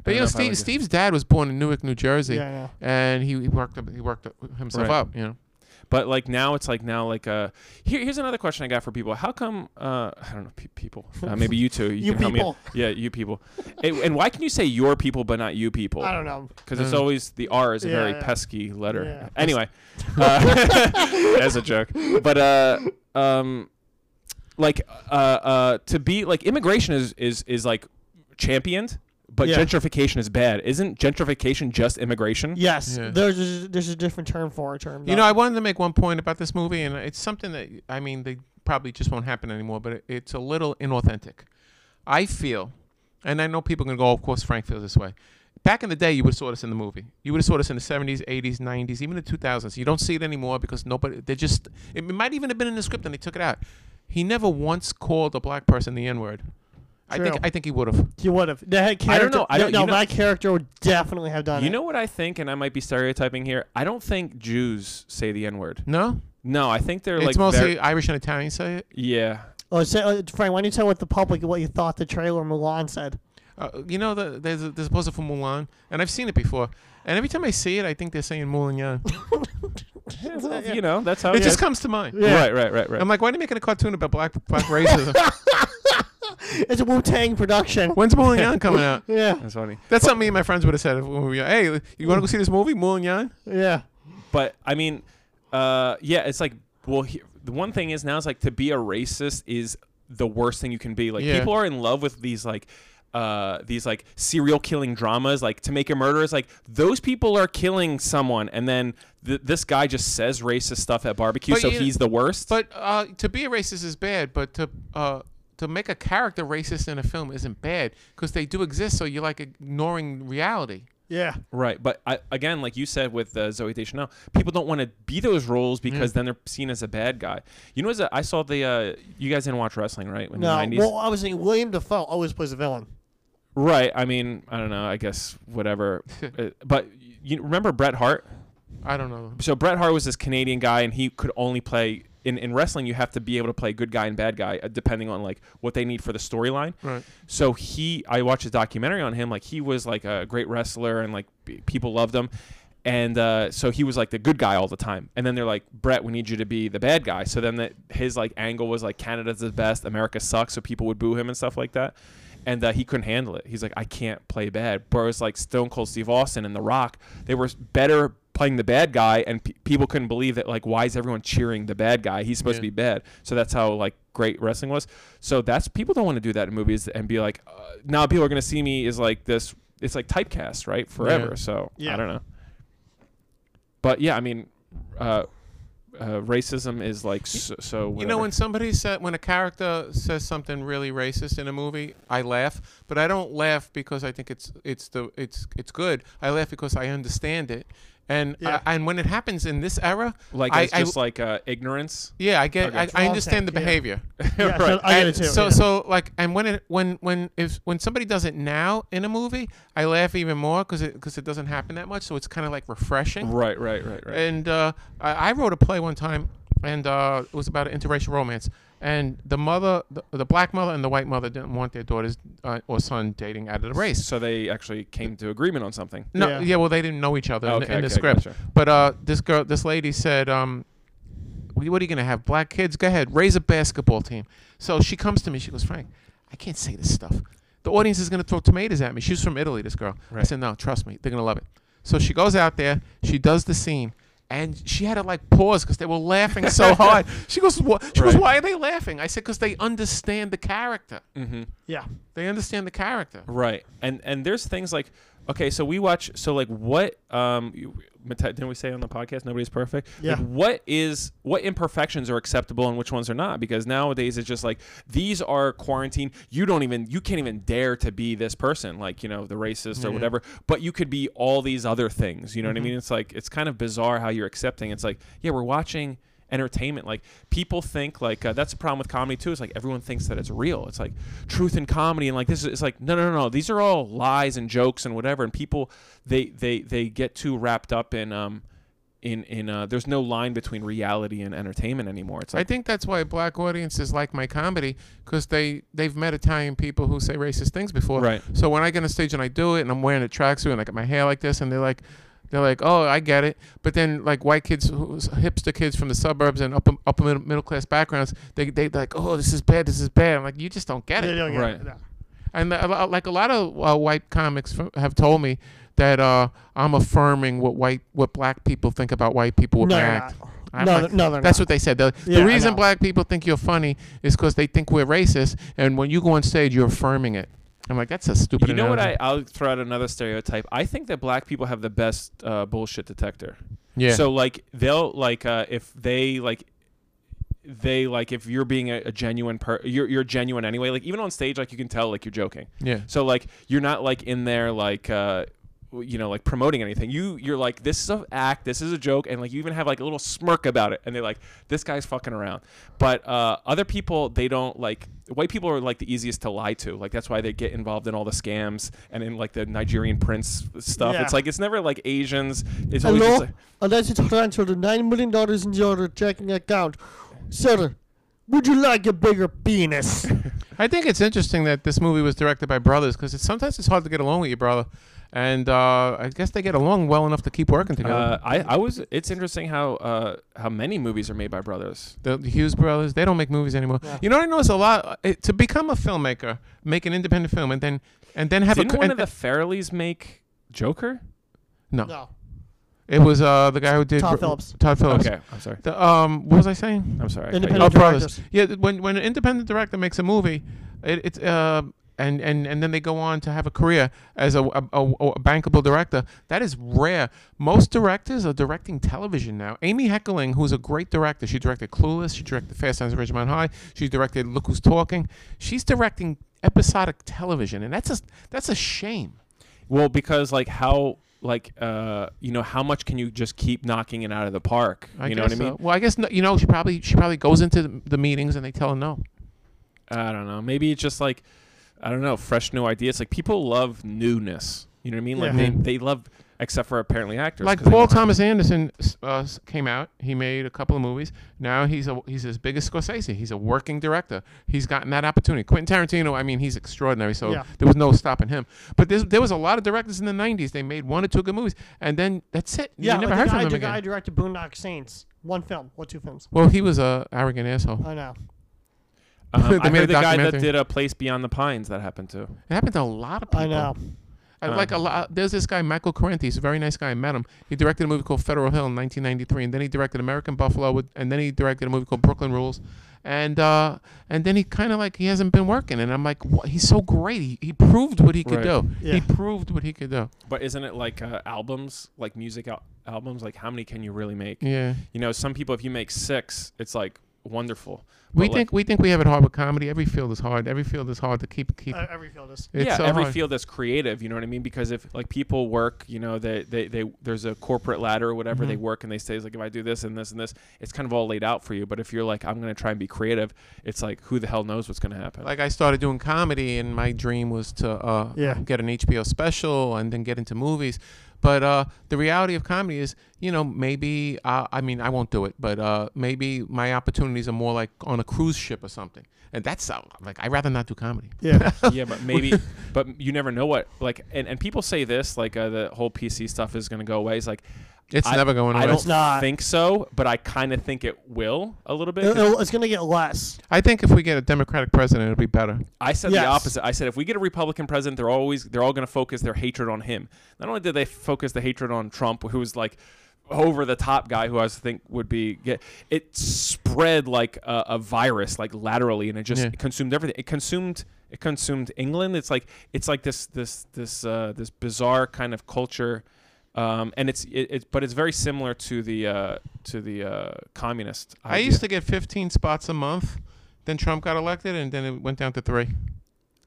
Speaker 6: But you know,
Speaker 5: if I like
Speaker 6: Steve,
Speaker 5: it.
Speaker 6: Steve's dad was born in Newark, New Jersey,
Speaker 4: Yeah. I know.
Speaker 6: and he, he worked up, he worked up himself
Speaker 5: Right.
Speaker 6: up. You know,
Speaker 5: But like now, it's like now, like uh, here, here's another question I got for people. How come? Uh, I don't know, pe- people. Uh, maybe you two. You,
Speaker 4: You
Speaker 5: can help me out.
Speaker 4: people.
Speaker 5: Yeah, you people. and, and why can you say your people but not you people?
Speaker 4: I don't know.
Speaker 5: because it's
Speaker 6: Mm.
Speaker 5: always the R is a very
Speaker 4: Yeah.
Speaker 5: pesky letter.
Speaker 4: Yeah.
Speaker 5: Anyway, uh, as a joke, but uh, um, like uh, uh, to be like immigration is is is like championed, but
Speaker 4: Yeah.
Speaker 5: gentrification is bad. Isn't gentrification just immigration?
Speaker 4: Yes.
Speaker 6: Yeah.
Speaker 4: There's a, there's a different term for it. Term.
Speaker 6: you know, I wanted to make one point about this movie, and it's something that I mean, they probably just won't happen anymore. But it, it's a little inauthentic. I feel, and I know people can go, "Oh, of course, Frank feels this way. Back in the day, you would have saw this in the movie. You would have saw this in the 70s, 80s, 90s, even the 2000s. You don't see it anymore because nobody, they just, it might even have been in the script and they took it out. He never once called a black person the N word. I think
Speaker 4: True.
Speaker 6: I think he would have.
Speaker 4: You would have. That character,
Speaker 5: I don't know. I don't-
Speaker 4: No,
Speaker 5: you know-
Speaker 4: that character would definitely have done it.
Speaker 5: You know what I think, and I might be stereotyping here. I don't think Jews say the N word.
Speaker 6: No?
Speaker 5: No, I think they're
Speaker 6: it's
Speaker 5: like
Speaker 6: mostly
Speaker 5: ver-
Speaker 6: Irish and Italian say it.
Speaker 5: yeah.
Speaker 4: Oh, say, uh, Frank, why don't you tell what the public what you thought the trailer Mulan said?
Speaker 6: Uh, you know, the, there's, a, there's a poster for Mulan, and I've seen it before. And every time I see it, I think they're saying Mulan. it
Speaker 5: Yeah, well, You know that's how
Speaker 6: just
Speaker 5: is.
Speaker 6: comes to mind.
Speaker 4: Oh, Yeah.
Speaker 5: Right, right, right, right.
Speaker 6: I'm like, why are they making a cartoon about black black racism?
Speaker 4: It's a Wu Tang production.
Speaker 6: When's Mulan coming out?
Speaker 4: Yeah,
Speaker 5: that's funny.
Speaker 6: That's something me and my friends would have said if when we were, hey, you want to go see this movie, Moulin Yan?
Speaker 4: yeah,
Speaker 5: but I mean, uh, yeah, it's like well, he, the one thing is now is like to be a racist is the worst thing you can be. Like
Speaker 6: Yeah.
Speaker 5: people are in love with these like. Uh, these like serial killing dramas, like to make a murder is like those people are killing someone, and then th- this guy just says racist stuff at barbecue,
Speaker 6: But
Speaker 5: so
Speaker 6: you-
Speaker 5: he's the worst.
Speaker 6: But uh, to be a racist is bad, but to uh, to make a character racist in a film isn't bad because they do exist. So you're like ignoring reality.
Speaker 4: yeah.
Speaker 5: Right, but I, again, like you said with uh, Zoe Deschanel, people don't want to be those roles
Speaker 6: Mm.
Speaker 5: because then they're seen as a bad guy. You know, as a, I saw the uh, you guys didn't watch wrestling, right? In
Speaker 4: No, well, I was thinking William Defoe always plays a villain.
Speaker 5: Right. I mean, I don't know. I guess whatever. Uh, but you remember Bret Hart?
Speaker 6: I don't know.
Speaker 5: So Bret Hart was this Canadian guy, and he could only play in, in wrestling you have to be able to play good guy and bad guy uh, depending on like what they need for the storyline.
Speaker 6: Right.
Speaker 5: So he, I watched a documentary on him. Like he was like a great wrestler and like p- people loved him. And uh, so he was like the good guy all the time. And then they're like, Brett, we need you to be the bad guy. So then that his like angle was like Canada's the best, America sucks, so people would boo him and stuff like that. And uh, he couldn't handle it. He's like, I can't play bad. Whereas like Stone Cold Steve Austin and The Rock, they were better playing the bad guy, and pe- people couldn't believe that. Like, why is everyone cheering the bad guy? He's supposed to be
Speaker 6: Yeah.
Speaker 5: bad. So that's how like great wrestling was. So that's people don't want to do that in movies and be like, uh, now people are gonna see me as like this. It's like typecast, right? Forever.
Speaker 6: Yeah.
Speaker 5: So
Speaker 4: Yeah.
Speaker 5: I don't know. But yeah, I mean, uh, uh, racism is like so. so
Speaker 6: You know,
Speaker 5: whatever.
Speaker 6: when somebody said when a character says something really racist in a movie, I laugh, but I don't laugh because I think it's it's the it's it's good. I laugh because I understand it, and
Speaker 4: Yeah.
Speaker 6: I, and when it happens in this era,
Speaker 5: like
Speaker 6: I,
Speaker 5: it's
Speaker 6: I-
Speaker 5: just like uh, ignorance.
Speaker 6: yeah, I get I,
Speaker 4: It's
Speaker 6: I
Speaker 4: all
Speaker 6: understand the
Speaker 4: tech, yeah.
Speaker 6: behavior.
Speaker 4: Yeah, so I get it
Speaker 6: And
Speaker 4: too.
Speaker 6: So
Speaker 4: yeah.
Speaker 6: so like and when it when when if when somebody does it now in a movie, I laugh even more because it because it doesn't happen that much, so it's kind of like refreshing.
Speaker 5: Right, right, right, right.
Speaker 6: And uh, I, I wrote a play one time, and uh, it was about an interracial romance. And the mother, the, the black mother and the white mother didn't want their daughters uh, or son dating out of the race.
Speaker 5: so they actually came to agreement on something.
Speaker 6: No,
Speaker 4: Yeah.
Speaker 6: yeah. well, they didn't know each other in,
Speaker 5: Okay,
Speaker 6: the, in the
Speaker 5: okay,
Speaker 6: script.
Speaker 5: gotcha.
Speaker 6: But uh, this girl, this lady said, um, "We- "What are you gonna have? Black kids? Go ahead, raise a basketball team." So she comes to me. She goes, "Frank, I can't say this stuff. The audience is gonna throw tomatoes at me." She's from Italy. This girl. I
Speaker 5: Right.
Speaker 6: said, "No, trust me. They're gonna love it." So she goes out there. She does the scene. And she had to like pause because they were laughing so hard. She goes, "Wha- she goes,
Speaker 5: Right.
Speaker 6: why are they laughing? I said, because they understand the character.
Speaker 5: Mm.
Speaker 4: yeah.
Speaker 6: They understand the character.
Speaker 5: Right. And and there's things like okay, so we watch so like what um you- Mate- didn't we say on the podcast nobody's perfect?
Speaker 4: Yeah.
Speaker 5: Like what is what imperfections are acceptable and which ones are not? Because nowadays it's just like these are quarantine. You don't even you can't even dare to be this person, like, you know, the racist or whatever, but you could be all these other things. You know what I mean? It's like it's kind of bizarre how you're accepting. It's like, yeah, we're watching entertainment like people think like uh, that's the problem with comedy too is like everyone thinks that it's real it's like truth in comedy and like this is it's like no no no no these are all lies and jokes and whatever and people they they they get too wrapped up in um in in uh there's no line between reality and entertainment anymore it's
Speaker 6: I
Speaker 5: like
Speaker 6: think that's why black audiences like my comedy because they they've met Italian people who say racist things before.
Speaker 5: Right.
Speaker 6: So when I get on stage and I do it and I'm wearing a tracksuit and I got my hair like this and they're like. They're like, oh, I get it. But then, like white kids, who's hipster kids from the suburbs and upper upper middle, middle class backgrounds, they they like, oh, this is bad, this is bad. I'm like, you just don't get
Speaker 4: They
Speaker 6: it.
Speaker 4: don't get
Speaker 5: Right.
Speaker 4: it, no.
Speaker 6: And a lo- like a lot of uh, white comics f- have told me that uh, I'm affirming what white what black people think about white people with
Speaker 4: No,
Speaker 6: my
Speaker 4: they're
Speaker 6: act.
Speaker 4: not.
Speaker 6: I'm
Speaker 4: No,
Speaker 6: like,
Speaker 4: they're- no, they're
Speaker 6: That's
Speaker 4: not.
Speaker 6: what they said. The,
Speaker 4: Yeah, I
Speaker 6: the reason
Speaker 4: know.
Speaker 6: black people think you're funny is because they think we're racist, and when you go on stage, you're affirming it. I'm like, that's a stupid.
Speaker 5: you know what i
Speaker 6: analogy.
Speaker 5: i'll throw out another stereotype i think that black people have the best uh bullshit detector
Speaker 6: Yeah.
Speaker 5: So like they'll like uh, if they like they like if you're being a, a genuine per you're you're genuine anyway. Like even on stage, like you can tell like you're joking.
Speaker 6: Yeah.
Speaker 5: So like you're not like in there like. Uh, you know, like promoting anything. You you're like this is a act, this is a joke, and like you even have like a little smirk about it, and they're like, this guy's fucking around. But uh, other people, they don't like. White people are like the easiest to lie to. Like that's why they get involved in all the scams and in like the Nigerian prince stuff.
Speaker 4: Yeah.
Speaker 5: It's like it's never like Asians. It's always just,
Speaker 4: Hello,
Speaker 5: like,
Speaker 4: unless it's transferred nine million dollars in your checking account, sir. Would you like a bigger penis?
Speaker 6: I think it's interesting that this movie was directed by brothers because it's, sometimes it's hard to get along with your brother, and uh, I guess they get along well enough to keep working together.
Speaker 5: Uh, I, I was. It's interesting how uh, how many movies are made by brothers.
Speaker 6: the, the Hughes brothers, they don't make movies anymore. You know what I notice a lot uh, it, to become a filmmaker, make an independent film, and then and then have
Speaker 5: Didn't
Speaker 6: a co-
Speaker 5: one
Speaker 6: and-
Speaker 5: of the Farrellys make Joker?
Speaker 6: no,
Speaker 4: no.
Speaker 6: it was uh the guy who did
Speaker 4: Todd
Speaker 6: Ro-
Speaker 4: Phillips.
Speaker 6: Todd Phillips.
Speaker 5: Okay, I'm sorry.
Speaker 6: The, um, what was I saying?
Speaker 5: I'm sorry. I cut you
Speaker 4: Independent
Speaker 6: Oh,
Speaker 5: off.
Speaker 6: brothers.
Speaker 4: directors.
Speaker 6: Yeah, th- when when an independent director makes a movie, it, it's uh. And, and, and then they go on to have a career as a, a, a, a bankable director. That is rare. Most directors are directing television now. Amy Heckerling, who's a great director, she directed Clueless, she directed Fast Times at Ridgemont High, she directed Look Who's Talking. She's directing episodic television, and that's a that's a shame.
Speaker 5: Well, because like how like uh you know how much can you just keep knocking it out of the park?
Speaker 6: I
Speaker 5: you know what I
Speaker 6: guess
Speaker 5: mean?
Speaker 6: so. Well, I guess no, you know she probably she probably goes into the, the meetings and they tell her no.
Speaker 5: I don't know. Maybe it's just like I don't know. Fresh new ideas. Like people love newness. You know what I mean? Like they,
Speaker 6: Yeah.
Speaker 5: they love, except for apparently actors.
Speaker 6: Like
Speaker 5: 'cause they
Speaker 6: Paul
Speaker 5: want-
Speaker 6: Thomas Anderson s- uh, s- came out, he made a couple of movies. Now he's a, he's as big as Scorsese. He's a working director. He's gotten that opportunity. Quentin Tarantino, I mean, he's extraordinary. So
Speaker 4: Yeah.
Speaker 6: there was no stopping him. But there's, there was a lot of directors in the '90s. They made one or two good movies, and then that's it.
Speaker 4: Yeah,
Speaker 6: you
Speaker 4: like
Speaker 6: never
Speaker 4: the
Speaker 6: heard
Speaker 4: guy,
Speaker 6: from him
Speaker 4: the
Speaker 6: again.
Speaker 4: guy directed Boondock Saints. One film, what two films?
Speaker 6: well, he was a arrogant asshole.
Speaker 4: I know.
Speaker 5: Um,
Speaker 6: They
Speaker 5: I
Speaker 6: made a
Speaker 5: heard the guy that
Speaker 6: documentary.
Speaker 5: did a place beyond the pines that happened to.
Speaker 6: It happened to a lot of people.
Speaker 4: I know. Uh,
Speaker 5: Um,
Speaker 6: I like a lot. There's this guy, Michael Correnti. He's a very nice guy. I met him. He directed a movie called Federal Hill in 1993, and then he directed American Buffalo, with, and then he directed a movie called Brooklyn Rules, and uh, and then he kind of like he hasn't been working. And I'm like, what? he's so great. He, he proved what he could
Speaker 5: Right.
Speaker 6: do.
Speaker 4: Yeah.
Speaker 6: He proved what he could do.
Speaker 5: But isn't it like uh, albums, like music al- albums? Like how many can you really make?
Speaker 6: Yeah.
Speaker 5: You know, some people if you make six, it's like wonderful.
Speaker 6: We
Speaker 5: But, like,
Speaker 6: think we think we have it hard with comedy. Every field is hard. Every field is hard to keep keep.
Speaker 4: Uh, every field is.
Speaker 6: it's
Speaker 5: yeah,
Speaker 6: so
Speaker 5: every
Speaker 6: hard.
Speaker 5: field that's creative, you know what I mean? Because if like people work, you know, they they, they there's a corporate ladder or whatever
Speaker 6: Mm-hmm.
Speaker 5: they work and they say it's like if I do this and this and this, it's kind of all laid out for you. But if you're like I'm gonna try and be creative, it's like who the hell knows what's gonna happen?
Speaker 6: Like I started doing comedy, and my dream was to uh,
Speaker 4: Yeah.
Speaker 6: get an HBO special and then get into movies. But uh, the reality of comedy is, you know, maybe uh, I mean I won't do it, but uh, maybe my opportunities are more like on a cruise ship or something, and that's uh, like I'd rather not do comedy.
Speaker 4: Yeah.
Speaker 5: yeah, but maybe, but you never know what like. And, and people say this like uh, the whole PC stuff is gonna go away. It's like
Speaker 6: It's
Speaker 5: I-
Speaker 6: never going
Speaker 5: I
Speaker 6: away.
Speaker 5: don't
Speaker 4: It's not.
Speaker 5: think so, but I kind of think it will a little bit.
Speaker 4: It-
Speaker 5: 'cause
Speaker 4: it'll- it's going to get less.
Speaker 6: I think if we get a Democratic president, it'll be better.
Speaker 5: I said
Speaker 4: Yes.
Speaker 5: the opposite. I said if we get a Republican president, they're always they're all going to focus their hatred on him. Not only did they focus the hatred on Trump, who was like over the top guy who I was think would be get it spread like a, a virus like laterally and it just
Speaker 6: Yeah.
Speaker 5: consumed everything. It consumed it consumed England. It's like it's like this this this uh, this bizarre kind of culture. Um, and it's it, it's but it's very similar to the uh, to the uh, communist.
Speaker 6: I
Speaker 5: idea.
Speaker 6: used to get 15 spots a month, then Trump got elected, and then it went down to three.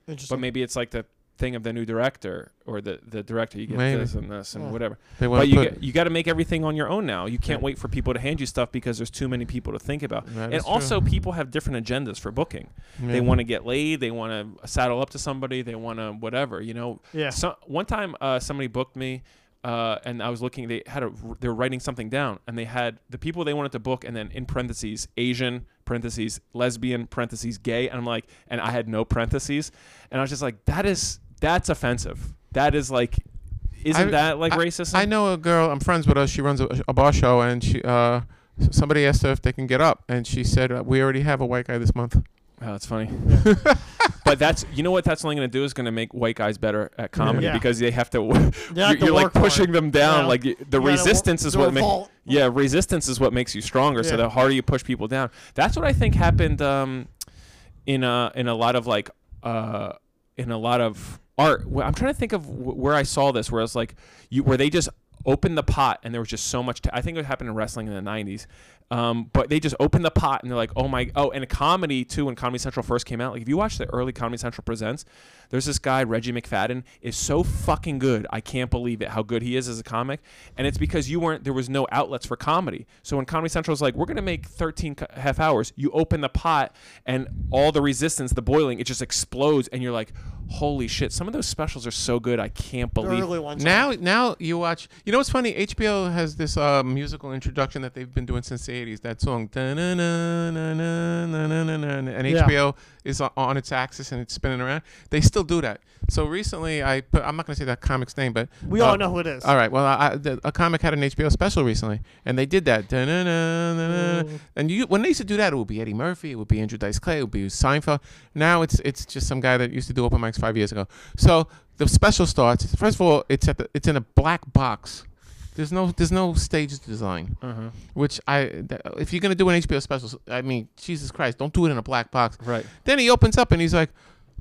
Speaker 5: but
Speaker 4: Interesting.
Speaker 5: maybe it's like the thing of the new director or the, the director you get
Speaker 6: Maybe.
Speaker 5: this and this and
Speaker 4: Yeah.
Speaker 5: whatever
Speaker 6: They
Speaker 5: but
Speaker 6: want
Speaker 5: you
Speaker 6: to put
Speaker 5: get, you got to make everything on your own now you can't wait for people to hand you stuff because there's too many people to think about
Speaker 6: That
Speaker 5: and
Speaker 6: is true.
Speaker 5: also people have different agendas for booking
Speaker 6: Yeah.
Speaker 5: they want to get laid they want to saddle up to somebody they want to whatever you know
Speaker 4: Yeah.
Speaker 5: so, one time uh, somebody booked me uh, and I was looking. They had a. They were writing something down, and they had the people they wanted to book, and then in parentheses Asian parentheses lesbian parentheses gay, and I'm like, and I had no parentheses, and I was just like, that is that's offensive. That is like, isn't
Speaker 6: I-
Speaker 5: that like
Speaker 6: I-
Speaker 5: racist?
Speaker 6: I know a girl. I'm friends with her. She runs a, a bar show, and she uh, s- somebody asked her if they can get up, and she said, uh, "We already have a white guy this month."
Speaker 5: Oh, that's funny. but that's you know what that's only going to do is going to make white guys better at comedy
Speaker 4: Yeah.
Speaker 5: because they have to. you're
Speaker 4: have to
Speaker 5: you're, like
Speaker 4: work for it.
Speaker 5: pushing them down.
Speaker 4: Yeah.
Speaker 5: Like y- the
Speaker 4: You gotta wo-
Speaker 5: resistance is
Speaker 4: the
Speaker 5: what makes.
Speaker 4: revolt.
Speaker 5: Yeah, resistance is what makes you stronger.
Speaker 4: Yeah.
Speaker 5: So the harder you push people down, that's what I think happened um, in a in a lot of like uh, in a lot of art. Wh- I'm trying to think of wh- where I saw this, where I was like, you where they just opened the pot and there was just so much. ta- I think it happened in wrestling in the '90s, um, but they just opened the pot and they're like, oh my, oh, and comedy too. When Comedy Central first came out, like if you watch the early Comedy Central presents, there's this guy Reggie McFadden is so fucking good. I can't believe it how good he is as a comic, and it's because you weren't there was no outlets for comedy. So when Comedy Central was like, we're gonna make 13 co- half hours, you open the pot and all the resistance, the boiling, it just explodes, and you're like, holy shit, some of those specials are so good. I can't
Speaker 4: The
Speaker 5: believe.
Speaker 4: early ones.
Speaker 6: Now, now you watch. You know what's funny? HBO has this uh, musical introduction that they've been doing since the '80s. That song, "Da-na-na-na-na-na-na-na-na," and
Speaker 4: Yeah.
Speaker 6: HBO is o- on its axis and it's spinning around. They still do that. So recently, I put, I'm not gonna say that comic's name, but
Speaker 4: We
Speaker 6: uh,
Speaker 4: all know who it is.
Speaker 6: All right. Well, I, I- the, a comic had an HBO special recently, and they did that. Da-na-na-na-na. And you, when they used to do that, it would be Eddie Murphy, it would be Andrew Dice Clay, it would be Seinfeld. Now it's it's just some guy that used to do open mics five years ago. So the special starts. First of all, it's at the, it's in a black box. There's no there's no stage design,
Speaker 5: Uh-huh.
Speaker 6: which I th- if you're gonna do an HBO special, I mean Jesus Christ, don't do it in a black box.
Speaker 5: Right.
Speaker 6: Then he opens up and he's like,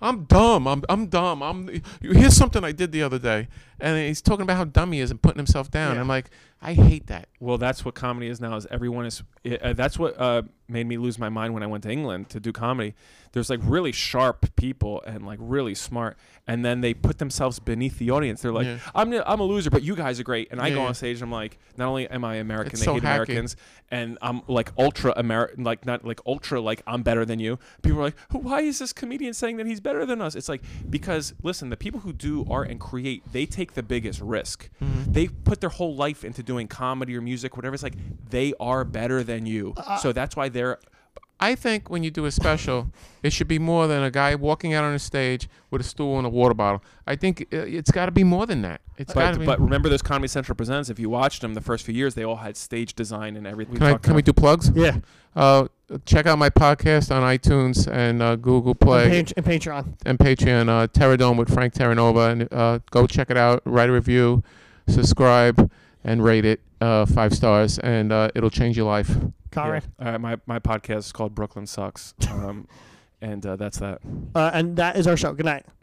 Speaker 6: "I'm dumb. I'm I'm dumb. I'm." Here's something I did the other day, and he's talking about how dumb he is and putting himself down.
Speaker 4: Yeah.
Speaker 6: I'm like, I hate that.
Speaker 5: Well, that's what comedy is now. Is everyone is i uh, that's what uh, made me lose my mind when I went to England to do comedy. There's like really sharp people and like really smart, and then they put themselves beneath the audience. They're like,
Speaker 6: Yeah.
Speaker 5: I'm n- I'm a loser, but you guys are great. And I
Speaker 6: Yeah,
Speaker 5: go
Speaker 6: yeah.
Speaker 5: on stage and I'm like, not only am I American,
Speaker 6: It's
Speaker 5: they
Speaker 6: so
Speaker 5: hate
Speaker 6: hacky.
Speaker 5: Americans, and I'm like ultra American, like not like ultra, like I'm better than you. People are like, why is this comedian saying that he's better than us? It's like because listen, the people who do art and create, they take take the biggest risk.
Speaker 6: Mm-hmm.
Speaker 5: They put their whole life into doing comedy or music, whatever. It's like they are better than you,
Speaker 6: Uh,
Speaker 5: so that's why they're.
Speaker 6: I think when you do a special, it should be more than a guy walking out on a stage with a stool and a water bottle. I think uh, it's got to be more than that. It's got
Speaker 5: But,
Speaker 6: to be.
Speaker 5: but remember those Comedy Central presents. If you watched them the first few years, they all had stage design and everything.
Speaker 6: can I, can we do plugs?
Speaker 4: Yeah.
Speaker 6: Uh, check out my podcast on iTunes and uh, Google Play.
Speaker 4: And, Pat- and Patreon.
Speaker 6: and Patreon, uh, Terradome with Frank Terranova, and uh, go check it out. Write a review, subscribe, and rate it uh, five stars, and uh, it'll change your life.
Speaker 4: Conrad.
Speaker 5: Uh, my my podcast is called Brooklyn Sucks, um, and uh, that's that.
Speaker 4: Uh, and that is our show. Good night.